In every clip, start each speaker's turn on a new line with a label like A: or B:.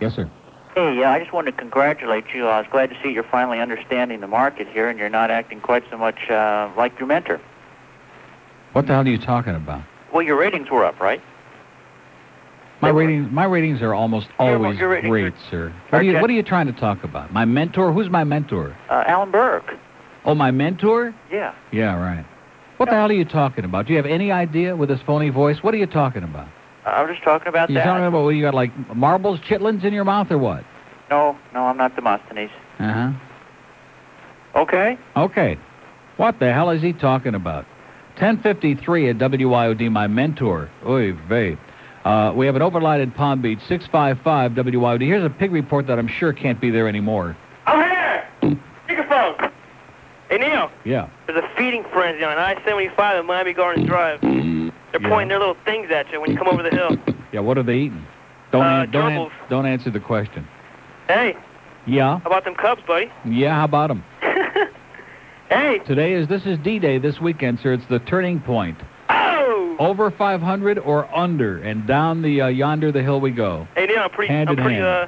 A: Yes, sir.
B: Hey, yeah, I just wanted to congratulate you. I was glad to see you're finally understanding the market here, and you're not acting quite so much uh, like your mentor.
A: What the hell are you talking about?
B: Well, your ratings were up, right?
A: My
B: They were-
A: ratings, my ratings are almost
B: Your-
A: always
B: your ratings
A: great, sir. What are, you,
B: Okay.
A: what are you trying to talk about? My mentor? Who's my mentor?
B: Uh, Alan Burke.
A: Oh, my mentor?
B: Yeah.
A: Yeah, right. What the hell are you talking about? Do you have any idea with this phony voice? What are you talking about?
B: I- I was just talking about
A: You
B: that.
A: talking about well, you got like marbles, chitlins in your mouth, or what?
B: No, no, I'm not Demosthenes.
A: Uh huh.
B: Okay.
A: Okay. What the hell is he talking about? 1053 at WIOD, my mentor. Oy vey. Uh, we have an overlight in Palm Beach, 655 WIOD. Here's a pig report that I'm sure can't be there anymore.
C: I'm here! Speakerphone! Hey, Neil,
A: Yeah.
C: there's a feeding frenzy on I-75 at Miami Gardens Drive. They're
A: Yeah.
C: pointing their little things at you when you come over the hill.
A: Yeah, what are they eating? Don't,
C: Uh,
A: an- don't, an-
C: gerbils.
A: don't answer the question.
C: Hey,
A: Yeah.
C: how about them Cubs, buddy?
A: Yeah, how about 'em?
C: Hey!
A: Today is, this is D-Day this weekend, sir. It's the turning point.
C: Oh!
A: Over 500 or under, and down the, uh, yonder the hill we go.
C: Hey, Neil, I'm pretty,
A: Hand
C: I'm
A: in
C: pretty,
A: hand.
C: uh,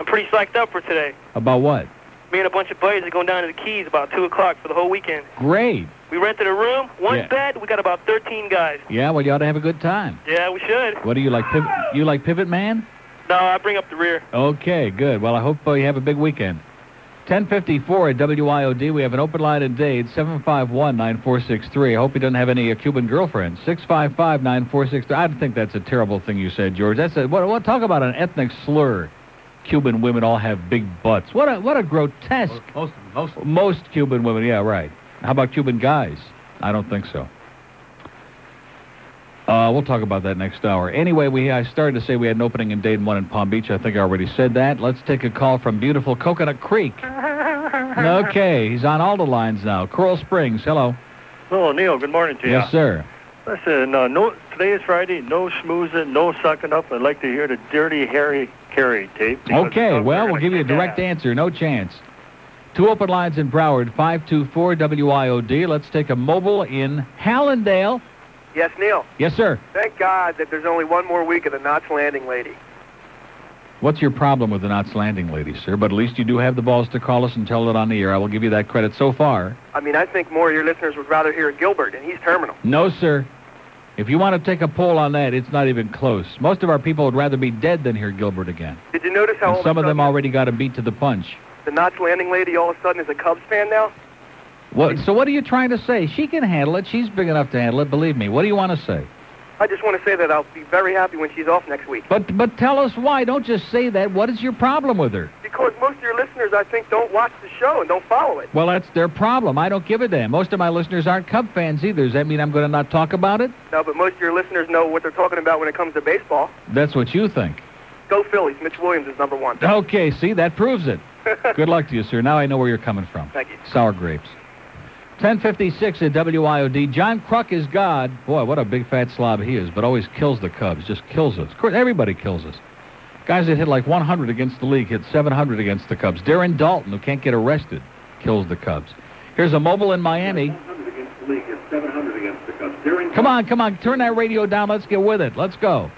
C: I'm pretty psyched up for today.
A: About what?
C: Me and a bunch of buddies are going down to the Keys about 2 o'clock for the whole weekend.
A: Great.
C: We rented a room, one
A: Yeah.
C: bed, we got about 13 guys.
A: Yeah, well, you ought to have a good time.
C: Yeah, we should.
A: What do you like, pivot? You like Pivot Man?
C: No, I bring up the rear.
A: Okay, good. Well, I hope uh, you have a big weekend. 1054 at WIOD. We have an open line at Dade, 751-9463. I hope you don't have any uh, Cuban girlfriends. 655-9463. I think that's a terrible thing you said, George. That's a, what, what, talk about an ethnic slur. Cuban women all have big butts. What a, what a grotesque.
D: Most of them, most of them.
A: Most Cuban women, yeah, right. How about Cuban guys? I don't think so. Uh, we'll talk about that next hour. Anyway, we I started to say we had an opening in Dayton, one in Palm Beach. I think I already said that. Let's take a call from beautiful Coconut Creek. okay, he's on all the lines now. Coral Springs, hello.
E: Hello, Neil. Good morning to you.
A: Yes, sir.
E: Listen, uh, no, today is Friday. No schmoozing, no sucking up. I'd like to hear the Dirty Harry Carey tape. because it
A: Okay,
E: sounds
A: well,
E: like
A: we'll give you a direct
E: yeah.
A: answer. No chance. Two open lines in Broward, 524-WIOD. Let's take a mobile in Hallandale.
F: Yes, Neil.
A: Yes, sir.
F: Thank God that there's only one more week of the Knots Landing Lady.
A: What's your problem with the Knots Landing, lady, sir? But at least you do have the balls to call us and tell it on the air. I will give you that credit so far.
F: I mean, I think more of your listeners would rather hear Gilbert, and he's terminal.
A: No, sir. If you want to take a poll on that, it's not even close. Most of our people would rather be dead than hear Gilbert again.
F: Did you notice how
A: And
F: all
A: some
F: a
A: of them
F: sudden
A: already got a beat to the punch.
F: the Knots Landing Lady all of a sudden is a Cubs fan now?
A: What, so what are you trying to say? She can handle it. She's big enough to handle it. Believe me. What do you want to say?
F: I just want to say that I'll be very happy when she's off next week.
A: But but tell us why. Don't just say that. What is your problem with her?
F: Because most of your listeners, I think, don't watch the show and don't follow it.
A: Well, that's their problem. I don't give a damn. Most of my listeners aren't Cub fans either. Does that mean I'm going to not talk about it?
F: No, but most of your listeners know what they're talking about when it comes to baseball.
A: That's what you think.
F: Go Phillies. Mitch Williams is number one.
A: Okay, see, that proves it. Good luck to you, sir. Now I know where you're coming from.
F: Thank you.
A: Sour grapes. 1056 at WIOD. John Cruck is God. Boy, what a big fat slob he is, but always kills the Cubs. Just kills us. Of course, everybody kills us. Guys that hit like 100 against the league hit 700 against the Cubs. Darren Dalton, who can't get arrested, kills the Cubs. Here's a mobile in Miami. Come on, come on. Turn that radio down. Let's get with it. Let's go.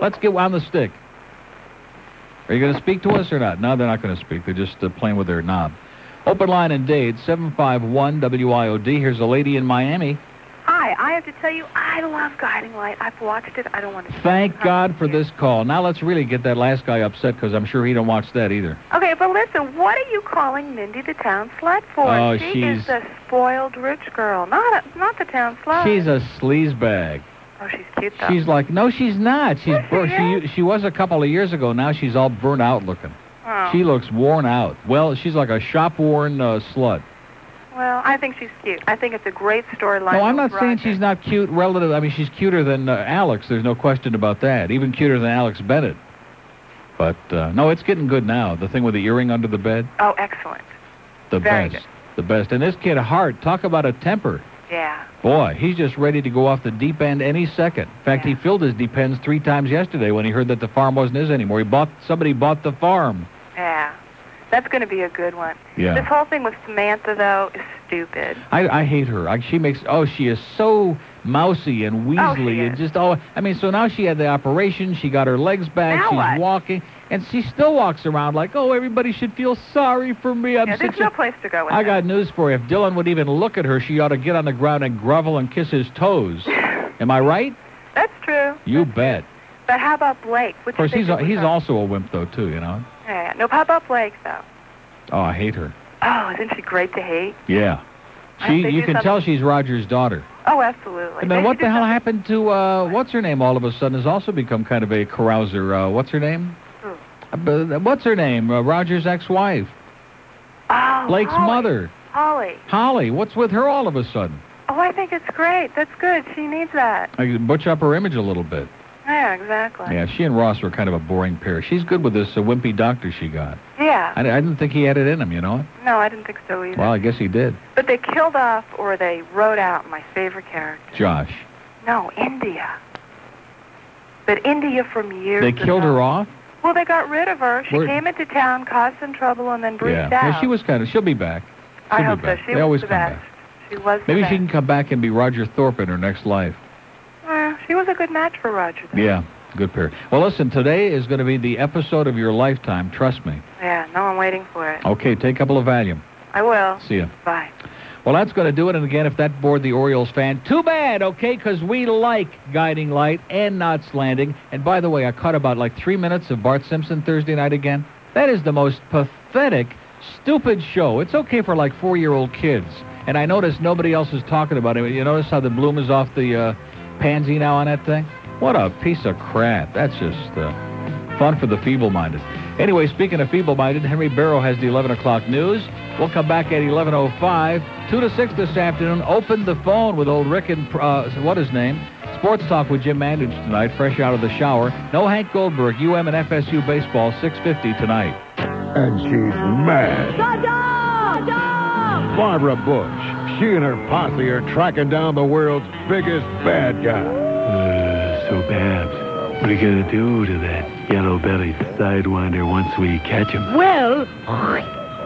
A: Let's get on the stick. Are you going to speak to us or not? No, they're not going to speak. They're just uh, playing with their knob. Open line in Dade, 751 WIOD. Here's a lady in Miami.
G: Hi, I have to tell you, I love Guiding Light. I've watched it. I don't want to.
A: Thank God for this call. Now let's really get that last guy upset because I'm sure he don't watch that either.
G: Okay, but listen, what are you calling Mindy the town slut for?
A: Oh,
G: she
A: she's-
G: is the spoiled rich girl, not a, not the town slut.
A: She's a sleazebag.
G: oh, she's cute though.
A: She's like, no, she's not. She's
G: Yes, she
A: bur- she she was a couple of years ago. Now she's all burnt out looking.
G: oh.
A: She looks worn out. Well, she's like a shop worn uh, slut.
G: well, I think she's cute. I think it's a great storyline.
A: No, Oh, I'm not
G: with
A: saying
G: Roger.
A: she's not cute relative. I mean, she's cuter than uh, Alex. There's no question about that. Even cuter than Alex Bennett. But uh, no, it's getting good now. The thing with the earring under the bed,
G: Oh, excellent.
A: the
G: Very
A: best, the best. And this kid Hart, talk about a temper.
G: Yeah.
A: Boy, he's just ready to go off the deep end any second. In fact, he
G: Yeah.
A: filled his deep ends three times yesterday when he heard that the farm wasn't his anymore. He bought somebody bought the farm.
G: Yeah. That's going to be a good one.
A: Yeah.
G: This whole thing with Samantha though is stupid.
A: I, I hate her. I, she makes oh, she is so mousy and weaselly
G: Oh, she
A: and
G: is.
A: just all. I mean, so now she had the operation. She got her legs back.
G: Now
A: she's
G: what?
A: walking, and she still walks around like, oh, everybody should feel sorry for me. I'm
G: Yeah,
A: such
G: there's
A: a
G: no place to go with
A: I
G: that.
A: got news for you. If Dylan would even look at her, she ought to get on the ground and grovel and kiss his toes. Am I right?
G: That's true.
A: You bet.
G: But how about Blake? What
A: Of course,
G: do you
A: he's
G: think
A: a,
G: of
A: he's
G: her?
A: also a wimp though too. You know.
G: Yeah, yeah. No, how about Blake though?
A: Oh, I hate her.
G: Oh, isn't she great to hate?
A: Yeah.
G: I
A: She,
G: think
A: you
G: you
A: can
G: said-
A: tell she's Roger's daughter.
G: Oh, absolutely.
A: And then
G: They
A: what
G: should
A: the
G: do
A: hell happened to uh, what's her name? All of a sudden has also become kind of a carouser. Uh, what's her name?
G: Who?
A: Uh, but, uh, What's her name? Uh, Roger's ex-wife,
G: something- Oh,
A: Blake's
G: Holly.
A: mother,
G: Holly.
A: Holly. What's with her all of a sudden?
G: Oh, I think it's great. That's good. She needs that.
A: I butch up her image a little bit.
G: Yeah, exactly.
A: Yeah, she and Ross were kind of a boring pair. She's good with this uh, wimpy doctor she got.
G: Yeah.
A: I, I didn't think he had it in him, you know?
G: No, I didn't think so either.
A: Well, I guess he did.
G: But they killed off or they wrote out my favorite character.
A: Josh.
G: No, India. But India from years
A: They killed her off?
G: Well, they got rid of her. She
A: Where-
G: came into town, caused some trouble, and then breathed
A: Yeah.
G: out.
A: Well, she was kind of, she'll be back.
G: I
A: she'll
G: hope
A: be back.
G: so. She
A: They
G: was
A: always
G: the
A: come
G: best. She was the
A: Maybe
G: best.
A: she can come back and be Roger Thorpe in her next life.
G: Eh, she was a good match for Roger. though.
A: Yeah, good pair. Well, listen, today is going to be the episode of your lifetime, trust me.
G: Yeah, no, I'm waiting for it.
A: Okay, take a couple of Valium.
G: I will.
A: See ya.
G: Bye.
A: Well, that's going to do it. And again, if that bored the Orioles fan, too bad, okay? Because we like Guiding Light and Knots Landing. And by the way, I caught about like three minutes of Bart Simpson Thursday night again. That is the most pathetic, stupid show. It's okay for like four-year-old kids. And I noticed nobody else is talking about it. You notice how the bloom is off the uh, pansy now on that thing? What a piece of crap. That's just... Uh, Fun for the feeble-minded. Anyway, speaking of feeble-minded, Henry Barrow has the 11 o'clock news. We'll come back at 11.05. 2 to 6 this afternoon. Open the phone with old Rick and, uh, what his name? Sports Talk with Jim Mandage tonight, fresh out of the shower. No Hank Goldberg, UM and FSU baseball, 6.50 tonight.
D: And she's mad. Shut up! Barbara Bush. She and her posse are tracking down the world's biggest bad guy.
H: Uh, so Babs, what are you gonna do to that yellow-bellied sidewinder once we catch him?
I: Well,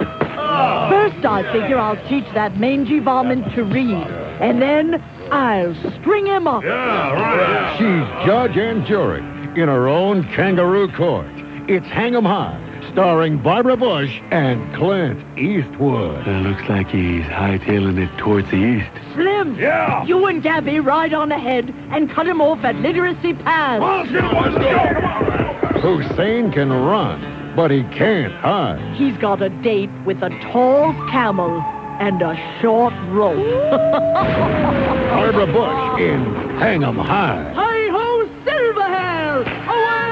I: first I figure I'll teach that mangy varmint to read, and then I'll string him up.
D: She's judge and jury in her own kangaroo court. It's Hang 'em High, starring Barbara Bush and Clint Eastwood.
H: Uh, looks like he's hightailing it towards the east.
I: Slim, yeah. you and Gabby ride on ahead and cut him off at Literacy Pass.
D: Hussein can run, but he can't hide.
I: He's got a date with a tall camel and a short rope.
D: Barbara Bush in Hang 'em High.
I: Hi-ho, Silverhair! Away!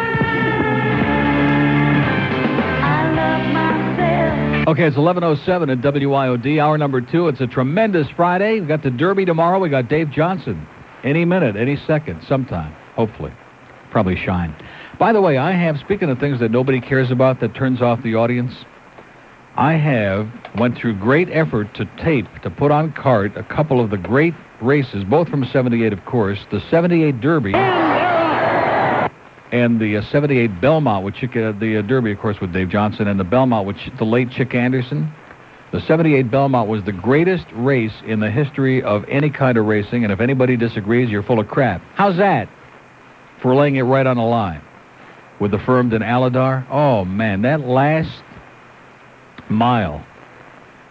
A: Okay, it's 11.07 at WIOD, hour number two. It's a tremendous Friday. We've got the Derby tomorrow. we got Dave Johnson. Any minute, any second, sometime, hopefully. Probably shine. By the way, I have, speaking of things that nobody cares about that turns off the audience, I have went through great effort to tape, to put on cart, a couple of the great races, both from 78, of course, the 78 Derby and the uh, 78 Belmont with Chick, uh, the uh, Derby, of course, with Dave Johnson, and the Belmont with Ch- the late Chick Anderson. The 78 Belmont was the greatest race in the history of any kind of racing, and if anybody disagrees, you're full of crap. How's that for laying it right on the line with the firm and Aladar? Oh, man, that last mile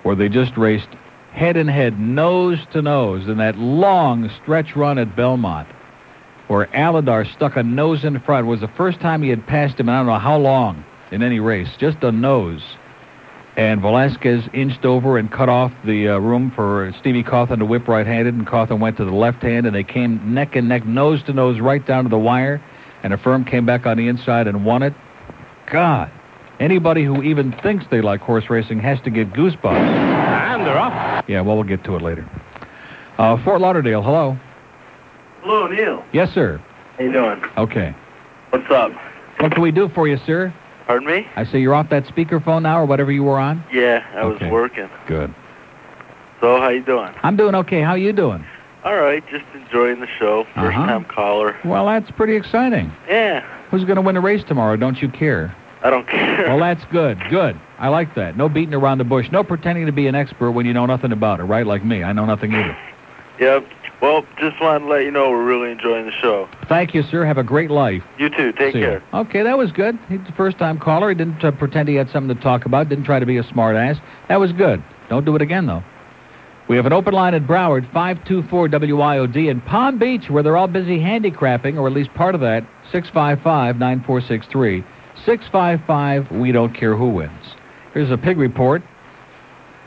A: where they just raced head and head, nose to nose, in that long stretch run at Belmont where Aladar stuck a nose in front. It was the first time he had passed him, in I don't know how long, in any race, just a nose. And Velasquez inched over and cut off the uh, room for Stevie Cawthon to whip right-handed, and Cawthon went to the left hand, and they came neck and neck, nose to nose, right down to the wire, and a firm came back on the inside and won it. God, anybody who even thinks they like horse racing has to get goosebumps. And they're up. Yeah, well, we'll get to it later. Uh, Fort Lauderdale, hello.
E: Hello, Neil.
A: Yes, sir.
E: How you doing?
A: Okay.
E: What's up?
A: What can we do for you, sir?
E: Pardon me?
A: I say you're off that speakerphone now or whatever you were on?
E: Yeah, I
A: Okay.
E: was working.
A: Good.
E: So how you doing?
A: I'm doing okay. How you doing?
E: All right, just enjoying the show. 1st
A: Uh-huh.
E: time caller.
A: Well, that's pretty exciting.
E: Yeah,
A: Who's going to win the race tomorrow? Don't you care?
E: I don't care.
A: Well, that's good. Good. I like that. No beating around the bush. No pretending to be an expert when you know nothing about it, right? Like me. I know nothing either.
E: Yep. Well, just wanted to let you know we're really enjoying the show.
A: Thank you, sir. Have a great life.
E: You too. Take
A: See ya.
E: care.
A: Okay, that was good. He's the first time caller. He didn't uh, pretend he had something to talk about, didn't try to be a smartass. That was good. Don't do it again, though. We have an open line at Broward, 524 WIOD, in Palm Beach, where they're all busy handicrafting, or at least part of that, 655 9463. 655 We Don't Care Who Wins. Here's a pig report.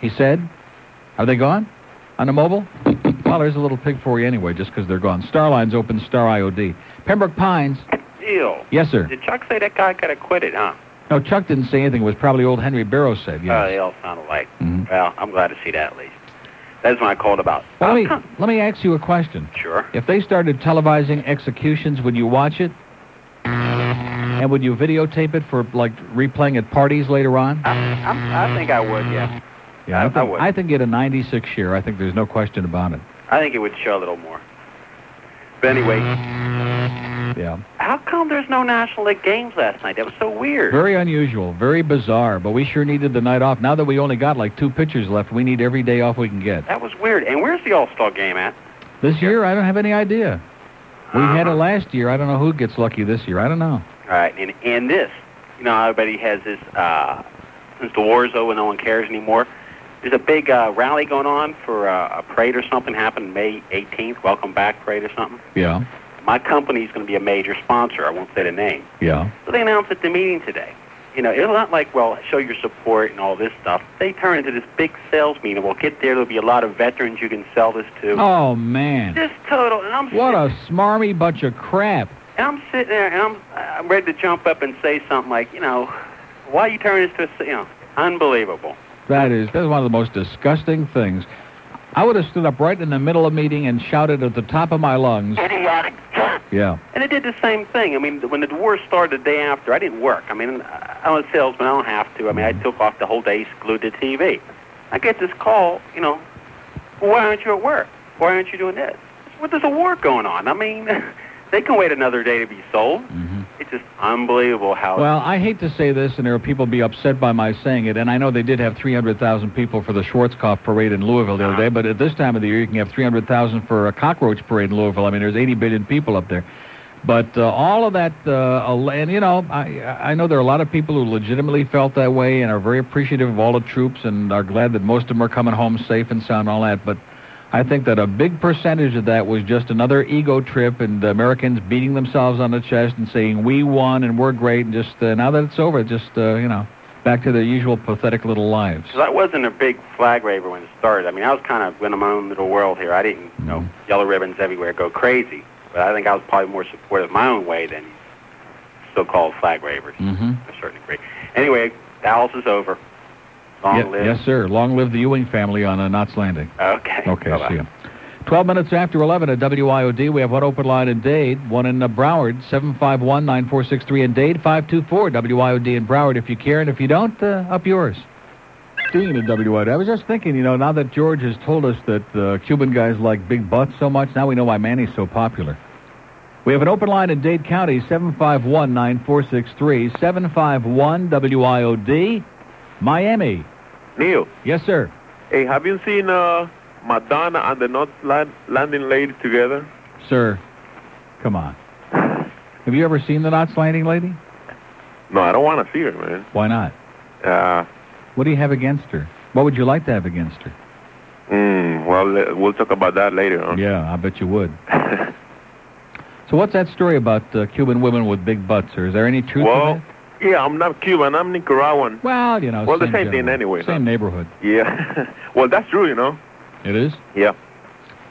A: He said, Are they gone? On the mobile? Well, there's a little pig for you anyway, just because they're gone. Starline's open, Star IOD. Pembroke Pines.
J: Deal.
A: Yes, sir.
J: Did Chuck say that guy could have quit it, huh?
A: No, Chuck didn't say anything. It was probably old Henry Barrows said. Yeah.
J: Oh, they all sound alike.
B: Mm-hmm.
J: Well, I'm glad to see that at least. That's what I called about.
A: Well, let me let me ask you a question.
J: Uh, Sure.
A: If they started televising executions, would you watch it? And would you videotape it for like replaying at parties later on?
J: I'm, I think I would, yeah.
A: yeah, I, think,
J: would.
A: I think at a 96 year, I think there's no question about it.
J: I think it would show a little more. But anyway,
A: Yeah.
J: how come there's no National League games last night? That was so weird.
A: Very unusual, very bizarre, but we sure needed the night off. Now that we only got like two pitchers left, we need every day off we can get.
J: That was weird. And where's the All-Star game at?
A: This year, I don't have any idea. We had it last year. I don't know who gets lucky this year. I don't know.
J: All right, and and this, you know, everybody has this. Uh, since the war's over, no one cares anymore. There's a big uh, rally going on for uh, a parade or something happened May 18th. Welcome back parade or something.
A: Yeah.
J: My company's going to be a major sponsor. I won't say the name.
A: Yeah.
J: So they announced at the meeting today. You know, it's not like well, show your support and all this stuff. They turn into this big sales meeting. We'll get there. There'll be a lot of veterans you can sell this to.
A: Oh man.
J: This total, and I'm
A: What a smarmy bunch of crap.
J: And I'm sitting there, and I'm I'm ready to jump up and say something like, you know, why you turn this to a, you know, unbelievable.
A: That is that's one of the most disgusting things. I would have stood up right in the middle of a meeting and shouted at the top of my lungs.
J: Idiotic.
A: Yeah.
J: And it did the same thing. I mean, when the war started the day after, I didn't work. I mean, I'm a salesman. I don't have to. I mean, I took off the whole day, glued to TV. I get this call, you know, well, why aren't you at work? Why aren't you doing this? Well, there's a war going on. I mean, they can wait another day to be sold. It's just unbelievable how
A: Well, I hate to say this, and there are people be upset by my saying it, and I know they did have 300,000 people for the Schwarzkopf parade in Louisville the other day, but at this time of the year, you can have 300,000 for a cockroach parade in Louisville. I mean, there's 80 billion people up there. But uh, all of that, uh, al- and you know, I, I know there are a lot of people who legitimately felt that way and are very appreciative of all the troops and are glad that most of them are coming home safe and sound and all that, but I think that a big percentage of that was just another ego trip and the Americans beating themselves on the chest and saying we won and we're great and just uh, now that it's over, just uh, you know, back to their usual pathetic little lives.
J: Because I wasn't a big flag raver when it started. I mean, I was kind of in my own little world here. I didn't, you know, yellow ribbons everywhere go crazy. But I think I was probably more supportive my own way than these so-called flag ravers
A: Mm-hmm.
J: to a certain degree. Anyway, Dallas is over. Long live.
A: yes, sir. Long live the Ewing family on uh, Knott's Landing.
J: Okay.
A: Okay,
J: Bye-bye.
A: see you. 12 minutes after 11 at WIOD, we have one open line in Dade, one in uh, Broward, 751-9463 in Dade, 524-WIOD in Broward if you care, and if you don't, uh, up yours. Dean at WIOD, I was just thinking, you know, now that George has told us that uh, Cuban guys like big butts so much, now we know why Manny's so popular. We have an open line in Dade County, 751-9463, 751-WIOD, Miami.
K: Neil,
A: Yes, sir.
K: hey, have you seen uh, Madonna and the North Land- Landing Lady together?
A: Sir, come on. Have you ever seen the Knots Landing Lady?
K: No, I don't want to see her, man.
A: Why not?
K: Uh,
A: What do you have against her? What would you like to have against her?
K: mm, well, le- we'll talk about that later. Huh?
A: Yeah, I bet you would. so what's that story about uh, Cuban women with big butts? Or is there any truth to
K: well, yeah, I'm not Cuban. I'm Nicaraguan.
A: that? Well, you know,
K: well, the
A: same
K: same thing
A: general-
K: anyway.
A: Same neighborhood.
K: Yeah. well, that's true, you know.
A: It is.
K: Yeah.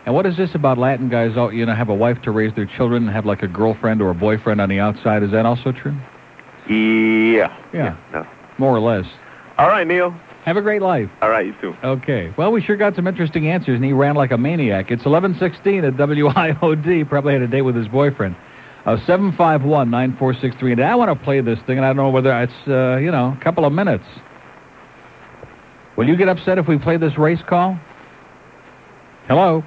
A: And what is this about Latin guys? All, you know, have a wife to raise their children and have like a girlfriend or a boyfriend on the outside. Is that also true?
K: Yeah.
A: Yeah.
K: no.
A: More or less.
K: All right, Neil.
A: Have a great life.
K: All right, you too.
A: Okay. Well, we sure got some interesting answers, and he ran like a maniac. It's 1116 at WIOD. Probably had a date with his boyfriend. Uh, 751-9463. And I want to play this thing, and I don't know whether it's, uh, you know, a couple of minutes. Will you get upset if we play this race call? Hello?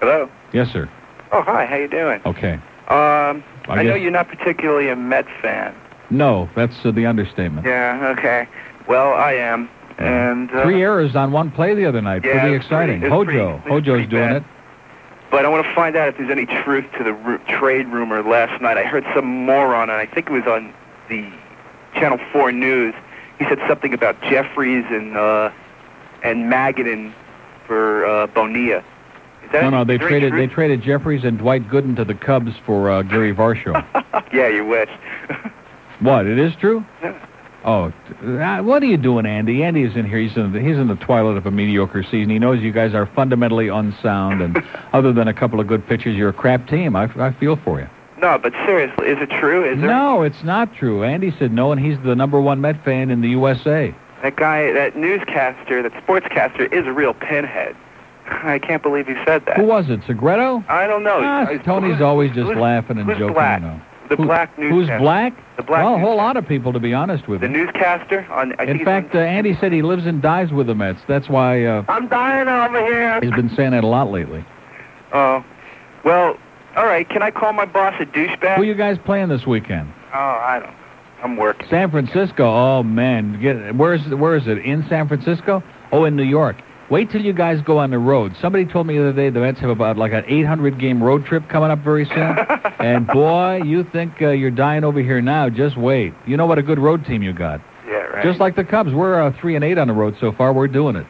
L: Hello.
A: Yes, sir.
L: Oh, hi. How you doing?
A: Okay.
L: Um,
A: I
L: I know
A: guess-
L: you're not particularly a Mets fan.
A: No, that's uh, the understatement.
L: Yeah. Okay. Well, I am. And uh,
A: Three errors on one play the other night.
L: Yeah,
A: pretty
L: it's
A: exciting.
L: pretty- it's
A: Hojo.
L: pretty- it's
A: Hojo's doing
L: bad.
A: it.
L: But I want to find out if there's any truth to the ru- trade rumor last night. I heard some moron, and I think it was on the Channel 4 News. He said something about Jeffries and uh, and Magadan for uh, Bonilla. Is that
A: No, no, they
L: is there any
A: traded they
L: truth?
A: traded Jeffries and Dwight Gooden to the Cubs for uh, Gary Varsho.
L: yeah, you wish.
A: what? It is true?
L: Yeah.
A: Oh, t- uh, what are you doing, Andy? Andy is in here. He's in the, he's in the twilight of a mediocre season. He knows you guys are fundamentally unsound, and other than a couple of good pitchers, you're a crap team. I, f- I feel for you.
L: No, but seriously, is it true? Is there
A: No, it's not true. Andy said no, and he's the number one Met fan in the USA.
L: that guy, that newscaster, that sportscaster, is a real pinhead? I can't believe he said that.
A: Who was it? Segretto?
L: I don't know.
A: Ah,
L: It's-
A: Tony's always just
L: who's-
A: laughing and
L: who's
A: joking.
L: black?
A: You know.
L: The
A: Who-
L: black
A: Who's
L: newscaster.
A: black?
L: The black
A: well, a whole lot of people, to be honest with
L: The
A: you.
L: newscaster on. I think
A: In fact, uh, Andy said he lives and dies with the Mets. That's why uh,
L: I'm dying over here.
A: he's been saying that a lot lately.
L: Oh, well, all right. Can I call my boss a douchebag?
A: Who you guys playing this weekend?
L: Oh, I don't. I'm working.
A: San Francisco. Oh man, get where is where is it? In San Francisco? Oh, in New York. Wait till you guys go on the road. Somebody told me the other day the Mets have about like an 800 game road trip coming up very soon. and boy, you think uh, you're dying over here now? Just wait. You know what a good road team you got.
L: Yeah, right.
A: Just like the Cubs, we're uh, three and eight on the road so far. We're doing it.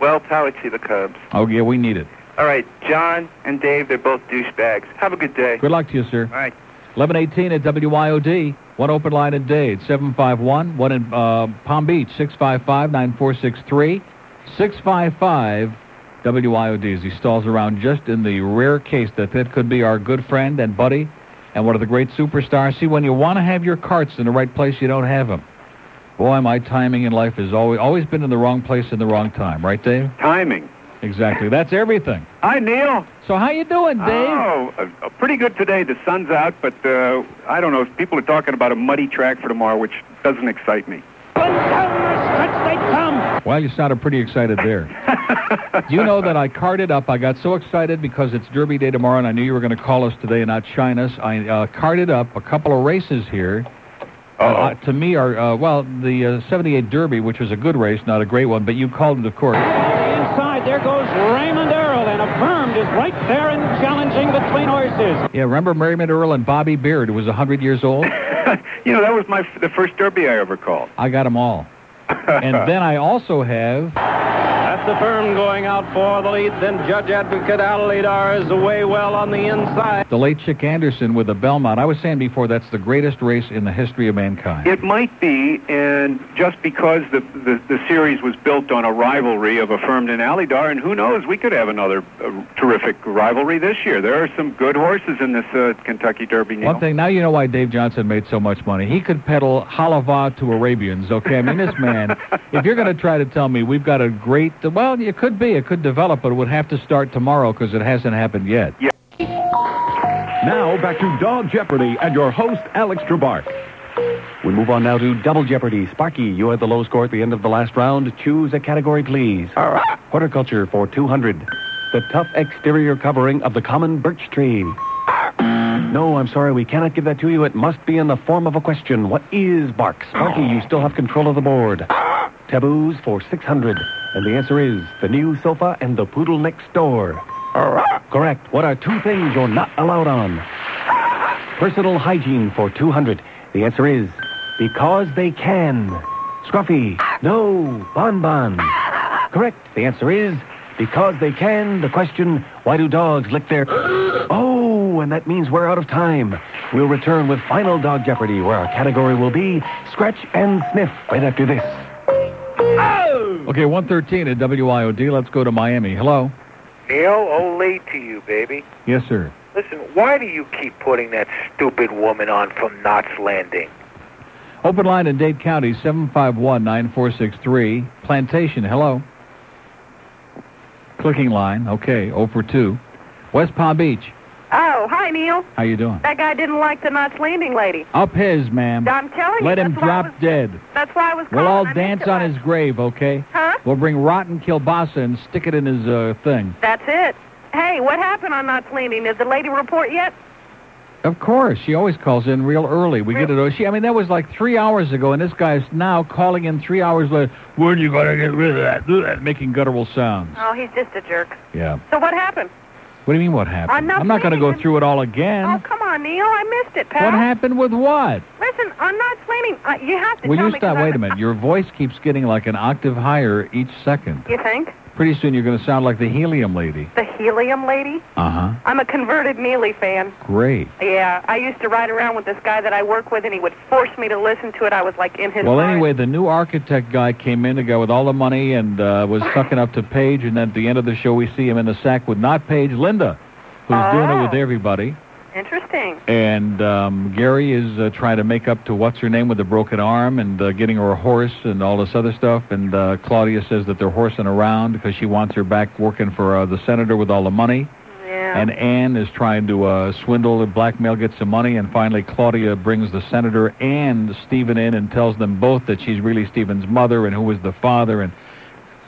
L: well, power to the Cubs.
A: Oh yeah, we need it.
L: All right, John and Dave, they're both douchebags. Have a good day.
A: Good luck to you, sir.
L: All right.
A: 1118 at WIOD. One open line in Dade, 751. One in uh, Palm Beach, 655-9463. 655-WIOD as he stalls around just in the rare case that that could be our good friend and buddy and one of the great superstars. See, when you want to have your carts in the right place, you don't have them. Boy, my timing in life has always, always been in the wrong place in the wrong time. Right, Dave?
M: Timing.
A: Exactly. That's everything.
M: Hi, Neil.
A: So how you doing, Dave?
M: Oh, uh, uh, pretty good today. The sun's out, but uh, I don't know. People are talking about a muddy track for tomorrow, which doesn't excite me.
A: Well, you sounded pretty excited there. Do you know that I carded up? I got so excited because it's Derby Day tomorrow, and I knew you were going to call us today and outshine us. I uh, carded up a couple of races here. uh, Uh, to me, are uh, well the uh, '78 Derby, which was a good race, not a great one, but you called it, of course.
N: Inside, there goes Raymond Earl, and Affirmed is right there and challenging between horses.
A: Yeah, remember Merriman Earl and Bobby Beard who was 100 years old.
M: You know, that was my f- the first derby I ever called.
A: I got them all, and then I also have
N: That's the firm going out for the lead. Then Judge Advocate Alidar is away well on the inside.
A: the late Chick Anderson with the Belmont. I was saying before that's the greatest race in the history of mankind.
M: It might be, and just because the, the, the series was built on a rivalry of Affirmed and Alidar, and who knows, we could have another uh, terrific rivalry this year. There are some good horses in this uh, Kentucky Derby. Neil.
A: One thing now you know why Dave Johnson made so much money. He could peddle halava to Arabians. Okay, I mean this man. if you're going to try to tell me we've got a great, well, it could be, it could develop, but it would have to start tomorrow because it hasn't happened yet.
M: Yeah.
O: Now back to Dog Jeopardy and your host, Alex Trebek. We move on now to Double Jeopardy. Sparky, you had the low score at the end of the last round. Choose a category, please. Horticulture for 200. The tough exterior covering of the common birch tree. No, I'm sorry, we cannot give that to you. It must be in the form of a question. What is bark? Sparky, you still have control of the board. Taboos for 600. And the answer is the new sofa and the poodle next door. Correct. What are two things you're not allowed on? Personal hygiene for 200. The answer is because they can. Scruffy. No. Bonbon. Correct. The answer is because they can. The question, why do dogs lick their... Oh, and that means we're out of time. We'll return with final Dog Jeopardy, where our category will be Scratch and Sniff right after this.
A: Okay, 113 at WIOD. Let's go to Miami. Hello.
P: Neil, ole to you, baby.
A: Yes, sir.
P: Listen, why do you keep putting that stupid woman on from Knott's Landing?
A: Open line in Dade County, 751-9463. Plantation, hello. Clicking line, okay, 0 for 2. West Palm Beach,
Q: Oh, hi, Neil.
A: how you doing?
Q: That guy didn't like the Knots Landing lady.
A: Up his, ma'am.
Q: I'm telling you.
A: Let him
Q: that's why I
A: drop
Q: was-
A: dead.
Q: That's why I was
A: We'll
Q: calling.
A: all
Q: I missed
A: dance
Q: it
A: on
Q: last-
A: his grave, okay?
Q: Huh?
A: We'll bring rotten kielbasa and stick it in his uh, thing.
Q: That's it. Hey, what happened on Knots Landing? Did the lady report yet?
A: Of course, she always calls in real early. We get it. oh, She, I mean, that was like three hours ago, and this guy's now calling in three hours later. When you gonna get rid of that? Ugh," Making guttural sounds.
Q: Oh, he's just a jerk.
A: Yeah.
Q: So what happened?
A: What do you mean what happened?
Q: I'm not
A: going to go
Q: blaming him.
A: through it all again.
Q: Oh, come on, Neil. I missed it, pal.
A: What happened with what?
Q: Listen, I'm not planning. Uh, you have to
A: Will
Q: tell
A: you
Q: me.
A: stop?
Q: 'cause
A: Wait a
Q: I'm-
A: minute. Your voice keeps getting like an octave higher each second.
Q: You think?
A: Pretty soon you're going to sound like the helium lady.
Q: The helium lady?
A: Uh
Q: I'm a converted Neely fan.
A: huh. Great.
Q: Yeah, I used to ride around with this guy that I work with, and he would force me to listen to it. I was like in his
A: Well,
Q: car.
A: anyway, the new architect guy came in, the guy with all the money, and uh, was sucking up to Paige. And at the end of the show, we see him in the sack with not Paige, Linda, who's doing it with everybody.
Q: Interesting.
A: And um, Gary is uh, trying to make up to what's her name with the broken arm and uh, getting her a horse and all this other stuff. And uh, Claudia says that they're horsing around because she wants her back working for uh, the senator with all the money.
Q: Yeah.
A: And Anne is trying to uh, swindle and blackmail, get some money, and finally Claudia brings the senator and Stephen in and tells them both that she's really Stephen's mother and who is the father. And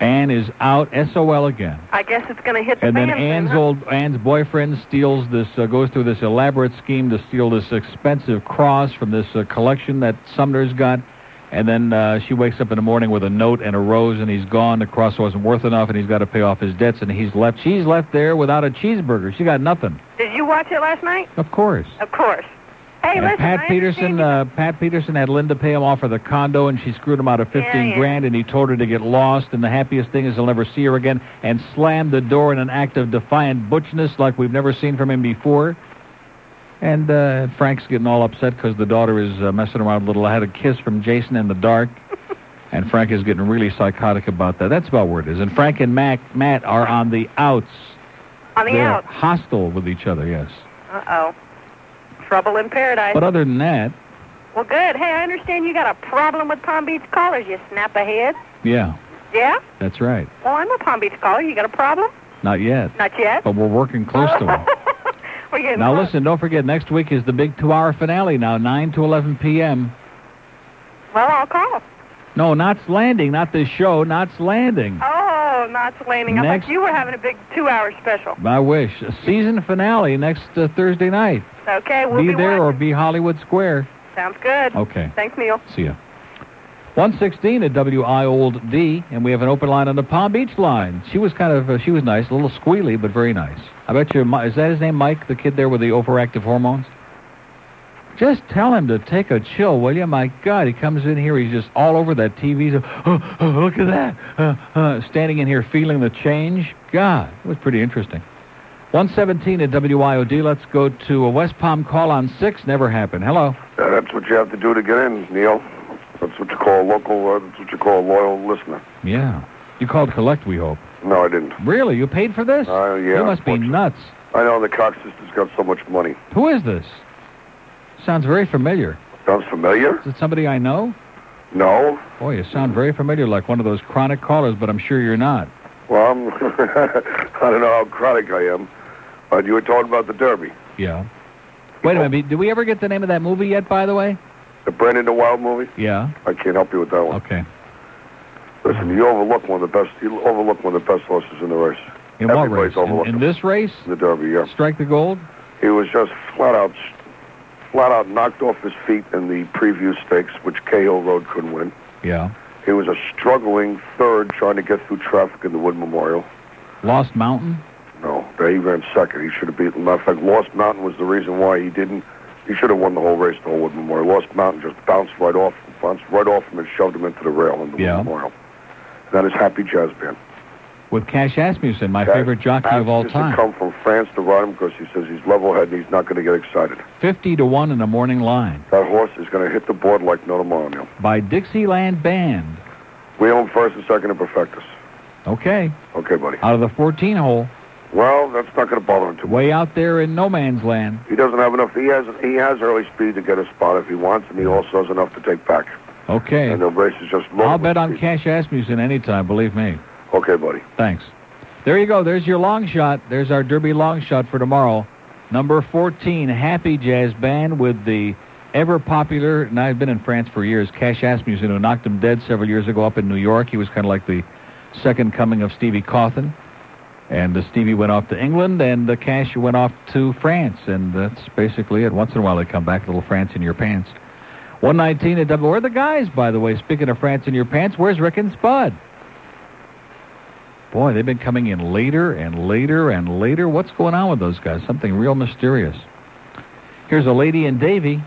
A: Anne is out, SOL again.
Q: I guess it's going to hit the
A: And then
Q: fan soon,
A: Anne's
Q: huh?
A: old Anne's boyfriend steals this, uh, goes through this elaborate scheme to steal this expensive cross from this uh, collection that Sumner's got. And then uh, she wakes up in the morning with a note and a rose, and he's gone. The cross wasn't worth enough, and he's got to pay off his debts, and he's left. She's left there without a cheeseburger. She got nothing.
Q: Did you watch it last night?
A: Of course.
Q: Of course. Hey,
A: and
Q: listen.
A: Pat
Q: I
A: Peterson, uh, Pat Peterson had Linda pay him off for the condo, and she screwed him out of fifteen
Q: yeah.
A: grand, and he told her to get lost. And the happiest thing is he'll never see her again. And slammed the door in an act of defiant butchness like we've never seen from him before. And uh, Frank's getting all upset because the daughter is uh, messing around a little. I had a kiss from Jason in the dark, and Frank is getting really psychotic about that. That's about where it is. And Frank and Mac, Matt are on the outs.
Q: On the
A: They're
Q: out.
A: hostile with each other. Yes.
Q: Uh oh. Trouble in paradise.
A: But other than that,
Q: well, good. Hey, I understand you got a problem with Palm Beach callers. You snap ahead.
A: yeah,
Q: Yeah?
A: that's right.
Q: Well, I'm a Palm Beach caller. You got a problem?
A: Not yet.
Q: Not yet.
A: But we're working close to it.
Q: We're getting
A: Oh, now
Q: close.
A: listen, don't forget, next week is the big two-hour finale now, 9 to 11 p.m.
Q: Well, I'll call.
A: No, Knots Landing, not this show, Knots Landing.
Q: Oh, not Landing. I
A: Hmm. Next-
Q: thought you were having a big two-hour special.
A: My wish. A season finale next uh, Thursday night.
Q: Okay, we'll
A: be,
Q: be,
A: there
Q: watching.
A: or be Hollywood Square.
Q: Sounds good.
A: Okay.
Q: Thanks, Neil.
A: See ya. 116 at WI Old D, and we have an open line on the Palm Beach line. She was kind of, uh, she was nice, a little squealy, but very nice. I bet you, Mi- is that his name, Mike, the kid there with the overactive hormones? Just tell him to take a chill, will you? My God, he comes in here, he's just all over that TV. He's, oh, oh, look at that. Uh, uh, standing in here feeling the change. God, it was pretty interesting. 117 at WIOD. Let's go to a West Palm call on six. Never happened. Hello.
R: Uh, that's what you have to do to get in, Neil. That's what you call a local. Uh, that's what you call a loyal listener.
A: Yeah. You called collect, we hope.
R: No, I didn't.
A: Really? You paid for this?
R: Uh, yeah.
A: You must be nuts.
R: I know the Cox sisters got so much money.
A: Who is this? Sounds very familiar.
R: Sounds familiar?
A: Is it somebody I know?
R: No.
A: Boy, you sound very familiar, like one of those chronic callers, but I'm sure you're not.
R: Well, I'm, I don't know how chronic I am, but you were talking about the Derby,
A: Yeah. Wait a minute. Did we ever get the name of that movie yet, by the way?
R: the Brandon the Wild movie.
A: Yeah.
R: I can't help you with that one.
A: Okay.
R: Listen, you overlook one of the best. You overlook one of the best horses in the race.
A: In what
R: Everybody's
A: race? In,
R: overlooked
A: in this race?
R: The Derby, yeah.
A: Strike the gold?
R: He was just flat out, flat out knocked off his feet in the preview stakes, which Cahill Road couldn't win.
A: Yeah.
R: He was a struggling third trying to get through traffic in the Wood Memorial.
A: Lost Mountain?
R: No, he ran second. He should have beaten. Matter of fact, Lost Mountain was the reason why he didn't. He should have won the whole race, the whole Wood Memorial. Lost Mountain just bounced right off, bounced right off him and shoved him into the rail in the
A: Yeah.
R: Wood Memorial. And that is Happy Jazz Band.
A: With Cash Asmussen, my favorite jockey of all
R: This has
A: time.
R: come from France to ride him because he says he's level-headed and he's not going to get excited.
A: 50 to 1 in a morning line
R: That horse is going to hit the board like no tomorrow, Neil.
A: by Dixieland Band.
R: We own first and second and Perfectus.
A: Okay.
R: Okay, buddy.
A: Out of the 14 hole,
R: Well, that's not going to bother him too
A: way out there in no man's land.
R: He doesn't have enough. He has he has early speed to get a spot if he wants, and he also has enough to take back.
A: Okay.
R: And the race is just low.
A: I'll bet on Cash Asmussen anytime, believe me.
R: Okay, buddy.
A: Thanks. There you go. There's your long shot. There's our Derby long shot for tomorrow. Number 14, Happy Jazz Band with the ever popular, and I've been in France for years, Cash Asmussen, who knocked him dead several years ago up in New York. He was kind of like the second coming of Stevie Cawthon. And uh, Stevie went off to England, and uh, Cash went off to France. And that's basically it. Once in a while they come back, little France in your pants. 119 at double. Where are the guys, by the way? Speaking of France in your pants, where's Rick and Spud? Boy, they've been coming in later and later and later. What's going on with those guys? Something real mysterious. Here's a lady in Davie.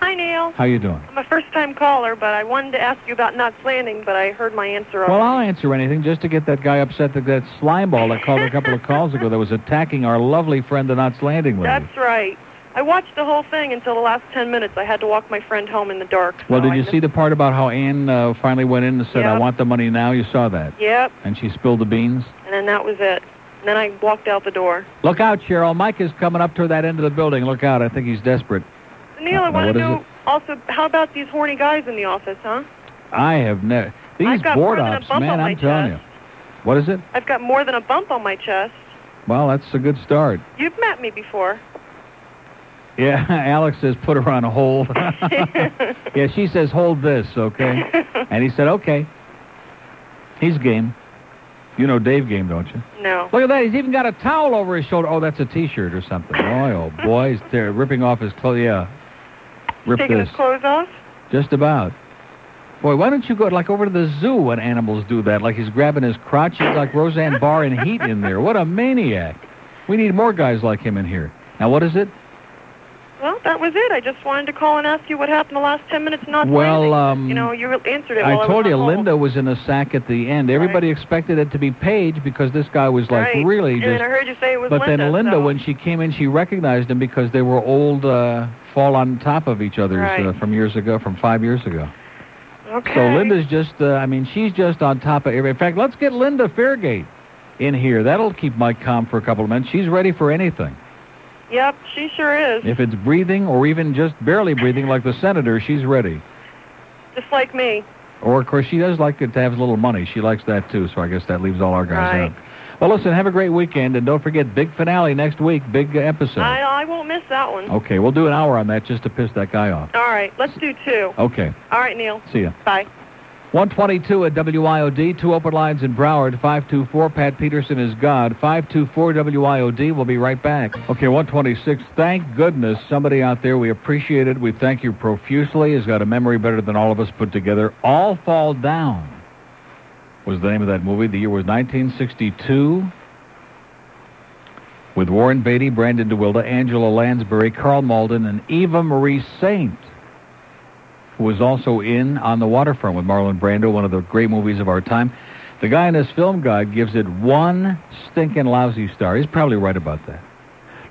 S: Hi, Neil.
A: How you doing?
S: I'm a first-time caller, but I wanted to ask you about Knots Landing, but I heard my answer
A: Well,
S: already.
A: I'll answer anything just to get that guy upset that that slime ball that called a couple of calls ago that was attacking our lovely friend the Knots Landing lady.
S: That's right. I watched the whole thing until the last 10 minutes. I had to walk my friend home in the dark.
A: Well, did you see the part about how Anne uh, finally went in and said,
S: Yeah.
A: "I want the money now"? You saw that,
S: Yep,
A: and she spilled the beans.
S: and then that was it. And then I walked out the door.
A: Look out, Cheryl! Mike is coming up toward that end of the building. Look out! I think he's desperate.
S: Neil, I
A: Now,
S: want
A: what
S: to
A: is
S: know also, how about these horny guys in the office, huh?
A: I have never. These
S: I've got
A: board
S: more than a
A: ops,
S: bump
A: man,
S: on my
A: I'm telling you. What is it?
S: I've got more than a bump on my chest.
A: Well, that's a good start.
S: You've met me before.
A: Yeah, Alex says put her on hold. yeah, she says hold this, okay? and he said okay. He's game. You know Dave game, don't you?
S: No.
A: Look at that. He's even got a towel over his shoulder. Oh, that's a T-shirt or something. Boy, oh boy, he's there ripping off his clothes. Yeah, rip
S: Taking
A: this.
S: his clothes off?
A: Just about. Boy, why don't you go like over to the zoo when animals do that? Like he's grabbing his crotch. He's like Roseanne Barr in Heat in there. What a maniac! We need more guys like him in here. Now, what is it?
S: Well, that was it. I just wanted to call and ask you what happened the last 10 minutes, not
A: Well, um,
S: you know, you answered it while I,
A: I
S: was
A: told
S: on
A: you
S: hold.
A: Linda was in a sack at the end. Everybody expected it to be Paige because this guy was like
S: Right.
A: really
S: And
A: just.
S: then I heard you say it was
A: but
S: Linda.
A: then Linda,
S: so-
A: when she came in, she recognized him because they were old, uh, fall on top of each other's
S: Right.
A: uh, from years ago, from five years ago.
S: Okay.
A: So Linda's just, uh, I mean, she's just on top of every. In fact, let's get Linda Fairgate in here. That'll keep Mike calm for a couple of minutes. She's ready for anything.
S: Yep, she sure is.
A: If it's breathing or even just barely breathing, like the senator, she's ready.
S: Just like me.
A: Or, of course, she does like it to have a little money. She likes that, too, so I guess that leaves all our guys
S: Right.
A: out. Well, listen, have a great weekend, and don't forget, big finale next week, big uh, episode.
S: I, I won't miss that one.
A: Okay, we'll do an hour on that just to piss that guy off.
S: All right, let's do two.
A: Okay,
S: All right, Neil.
A: see ya.
S: Bye.
A: 122 at WIOD, two open lines in Broward, 524, Pat Peterson is God, 524 WIOD, we'll be right back. Okay, 126, thank goodness somebody out there, we appreciate it, we thank you profusely, has got a memory better than all of us put together. All Fall Down was the name of that movie, the year was 1962, with Warren Beatty, Brandon DeWilda, Angela Lansbury, Carl Malden, and Eva Marie Saint who was also in On the Waterfront with Marlon Brando, one of the great movies of our time. The guy in his film guide gives it one stinking lousy star. He's probably right about that.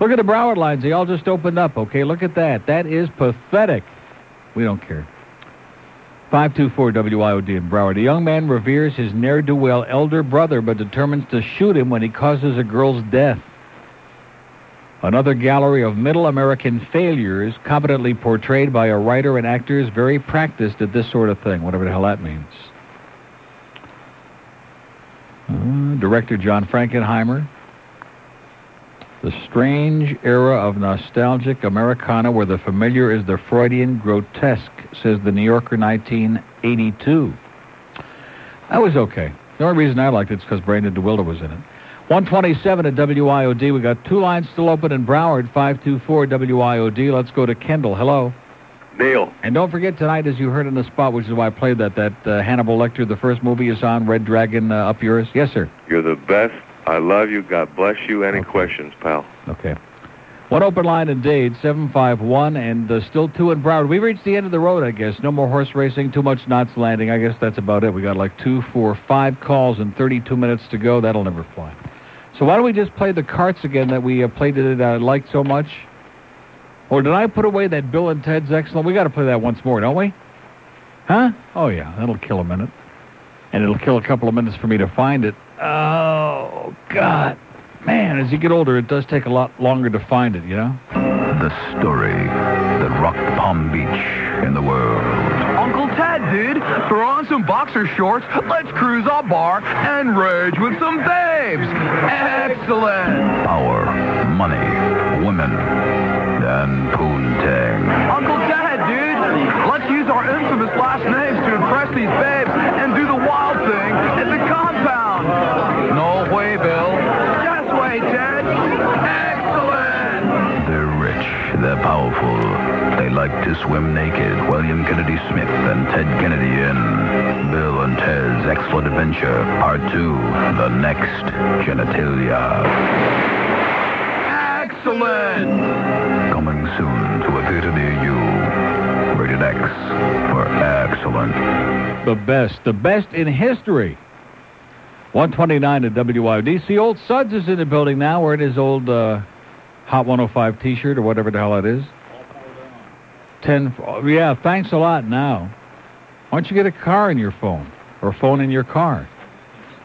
A: Look at the Broward lines. They all just opened up, okay? Look at that. That is pathetic. We don't care. 524 WIOD in Broward. A young man reveres his ne'er-do-well elder brother but determines to shoot him when he causes a girl's death. Another gallery of middle American failures competently portrayed by a writer and actors very practiced at this sort of thing, whatever the hell that means. Uh, director John Frankenheimer. The strange era of nostalgic Americana where the familiar is the Freudian grotesque, says the New Yorker 1982. That was okay. The only reason I liked it is because Brandon DeWilder was in it. 127 at WIOD. We got two lines still open in Broward, 524 WIOD. Let's go to Kendall. Hello.
T: Neil.
A: And don't forget tonight, as you heard in the spot, which is why I played that, that uh, Hannibal Lecter, the first movie is on, Red Dragon uh, up yours. Yes, sir.
T: You're the best. I love you. God bless you. Any questions, pal?
A: Okay. One open line in Dade, 751, and uh, still two in Broward. We've reached the end of the road, I guess. No more horse racing, too much knots landing. I guess that's about it. We got like two, four, five calls and 32 minutes to go. That'll never fly. So why don't we just play the carts again that we uh, played today that I liked so much? Or did I put away that Bill and Ted's Excellent? We got to play that once more, don't we? Huh? Oh, yeah. That'll kill a minute. And it'll kill a couple of minutes for me to find it. Oh, God. Man, as you get older, it does take a lot longer to find it, you know?
U: The story that rocked Palm Beach in the world.
V: Uncle Ted, dude, throw on some boxer shorts, let's cruise a bar, and rage with some babes. Excellent.
U: Power, money, women, and poontang.
V: Uncle Ted, dude, let's use our infamous last names to impress these babes and do the wild thing at the compound. No way, Bill. Just way, Ted. Excellent.
U: They're rich, they're powerful. They like to swim naked. William Kennedy Smith and Ted Kennedy in Bill and Pez X for Adventure Part 2, The Next Genitalia. Excellent! Coming soon to a theater near you. Rated X for Excellent.
A: The best, the best in history. 129 at WYDC. Old Suds is in the building now wearing his old uh, Hot 105 t-shirt or whatever the hell it is. Ten, oh, yeah, thanks a lot now. Why don't you get a car in your phone or a phone in your car?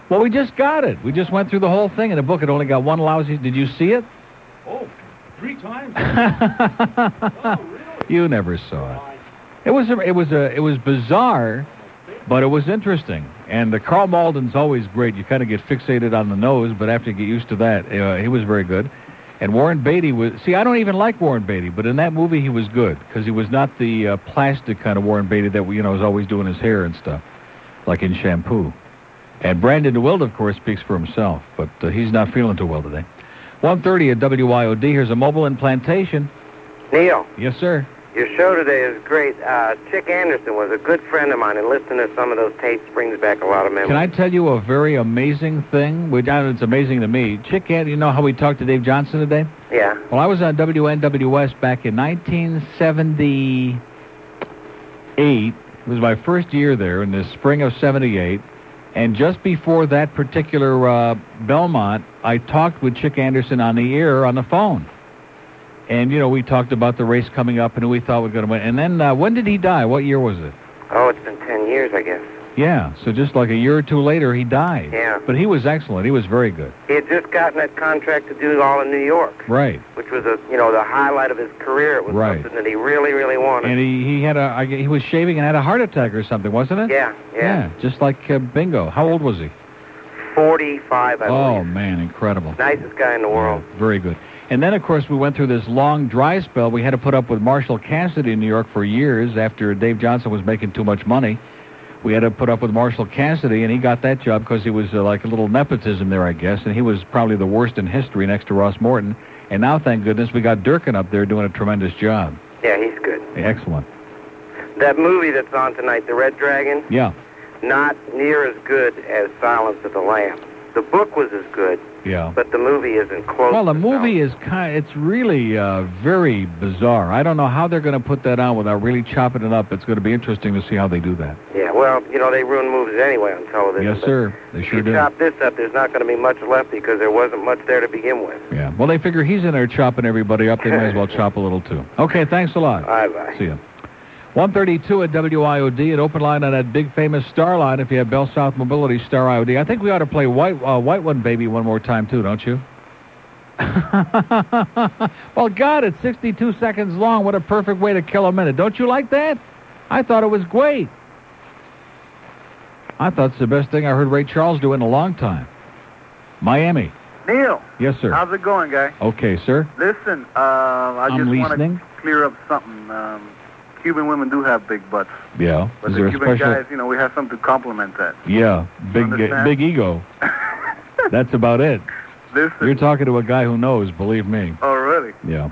A: Well, we just got it. We just went through the whole thing in a book. It only got one lousy. Did you see it?
B: Oh, three times?
A: You never saw it. It was a, it was a, it was bizarre, but it was interesting. And the Carl Malden's always great. You kind of get fixated on the nose, but after you get used to that, uh, he was very good. And Warren Beatty was. See, I don't even like Warren Beatty, but in that movie he was good because he was not the uh, plastic kind of Warren Beatty that we, you know was always doing his hair and stuff, like in Shampoo. And Brandon DeWild, of course, speaks for himself, but uh, he's not feeling too well today. 1:30 at WIOD. Here's a mobile implantation.
C: Neil,
A: Yes, sir.
C: your show today is great. Uh, Chick Anderson was a good friend of mine, and listening to some of those tapes brings back a lot of memories.
A: Can I tell you a very amazing thing? Which I it's amazing to me. Chick, An- you know how we talked to Dave Johnson today?
C: Yeah.
A: Well, I was on WNWS back in 1978. It was my first year there in the spring of 78. And just before that particular uh, Belmont, I talked with Chick Anderson on the air on the phone. And, you know, we talked about the race coming up and who we thought was going to win. And then uh, when did he die? What year was it?
C: Oh, it's been 10 years, I guess.
A: Yeah, so just like a year or two later, he died.
C: Yeah.
A: But he was excellent. He was very good.
C: He had just gotten that contract to do it all in New York,
A: Right.
C: which was a you know the highlight of his career. It was
A: Right.
C: something that he really, really wanted.
A: And he, he had a I gue- he was shaving and had a heart attack or something, wasn't it?
C: Yeah, yeah.
A: just like uh, Bingo. How old was he?
C: 45, I
A: oh
C: believe.
A: man, incredible.
C: Nicest guy in the world.
A: Very good. And then of course we went through this long dry spell. We had to put up with Marshall Cassidy in New York for years after Dave Johnson was making too much money. We had to put up with Marshall Cassidy, and he got that job because he was uh, like a little nepotism there, I guess. And he was probably the worst in history next to Ross Morton. And now, thank goodness, we got Durkin up there doing a tremendous job.
C: Yeah, he's good.
A: Excellent.
C: That movie that's on tonight, The Red Dragon,
A: Yeah,
C: not near as good as Silence of the Lambs. The book was as good,
A: yeah.
C: but the movie isn't close.
A: Well, the movie is kind. It's really uh, very bizarre. I don't know how they're going to put that on without really chopping it up. It's going to be interesting to see how they do that.
C: yeah, well, you know they ruin movies anyway on television.
A: yes,
C: but
A: sir. They
C: If
A: sure
C: you
A: do.
C: chop this up, there's not going to be much left because there wasn't much there to begin with.
A: Yeah. Well, they figure he's in there chopping everybody up. They might as well chop a little too. Okay. Thanks a lot.
C: Bye bye.
A: See ya. 132 at WIOD, an open line on that big famous star line if you have Bell South Mobility Star IOD. I think we ought to play White, uh, White One Baby one more time, too, don't you? well, God, it's 62 seconds long. What a perfect way to kill a minute. Don't you like that? I thought it was great. I thought it's the best thing I heard Ray Charles do in a long time. Miami.
W: Neil,
A: Yes, sir.
W: how's it going, guy?
A: Okay, sir.
W: Listen, uh, I
A: I'm
W: just want
A: listening.
W: to clear up something. Um, Cuban women do have big butts,
A: Yeah.
W: but
A: Is
W: the
A: there a
W: Cuban
A: special?
W: guys, you know, we have something to compliment that.
A: Yeah, big eh,
W: Understand?
A: big ego. That's about it.
W: Listen.
A: You're talking to a guy who knows, believe me.
W: Oh, really?
A: Yeah.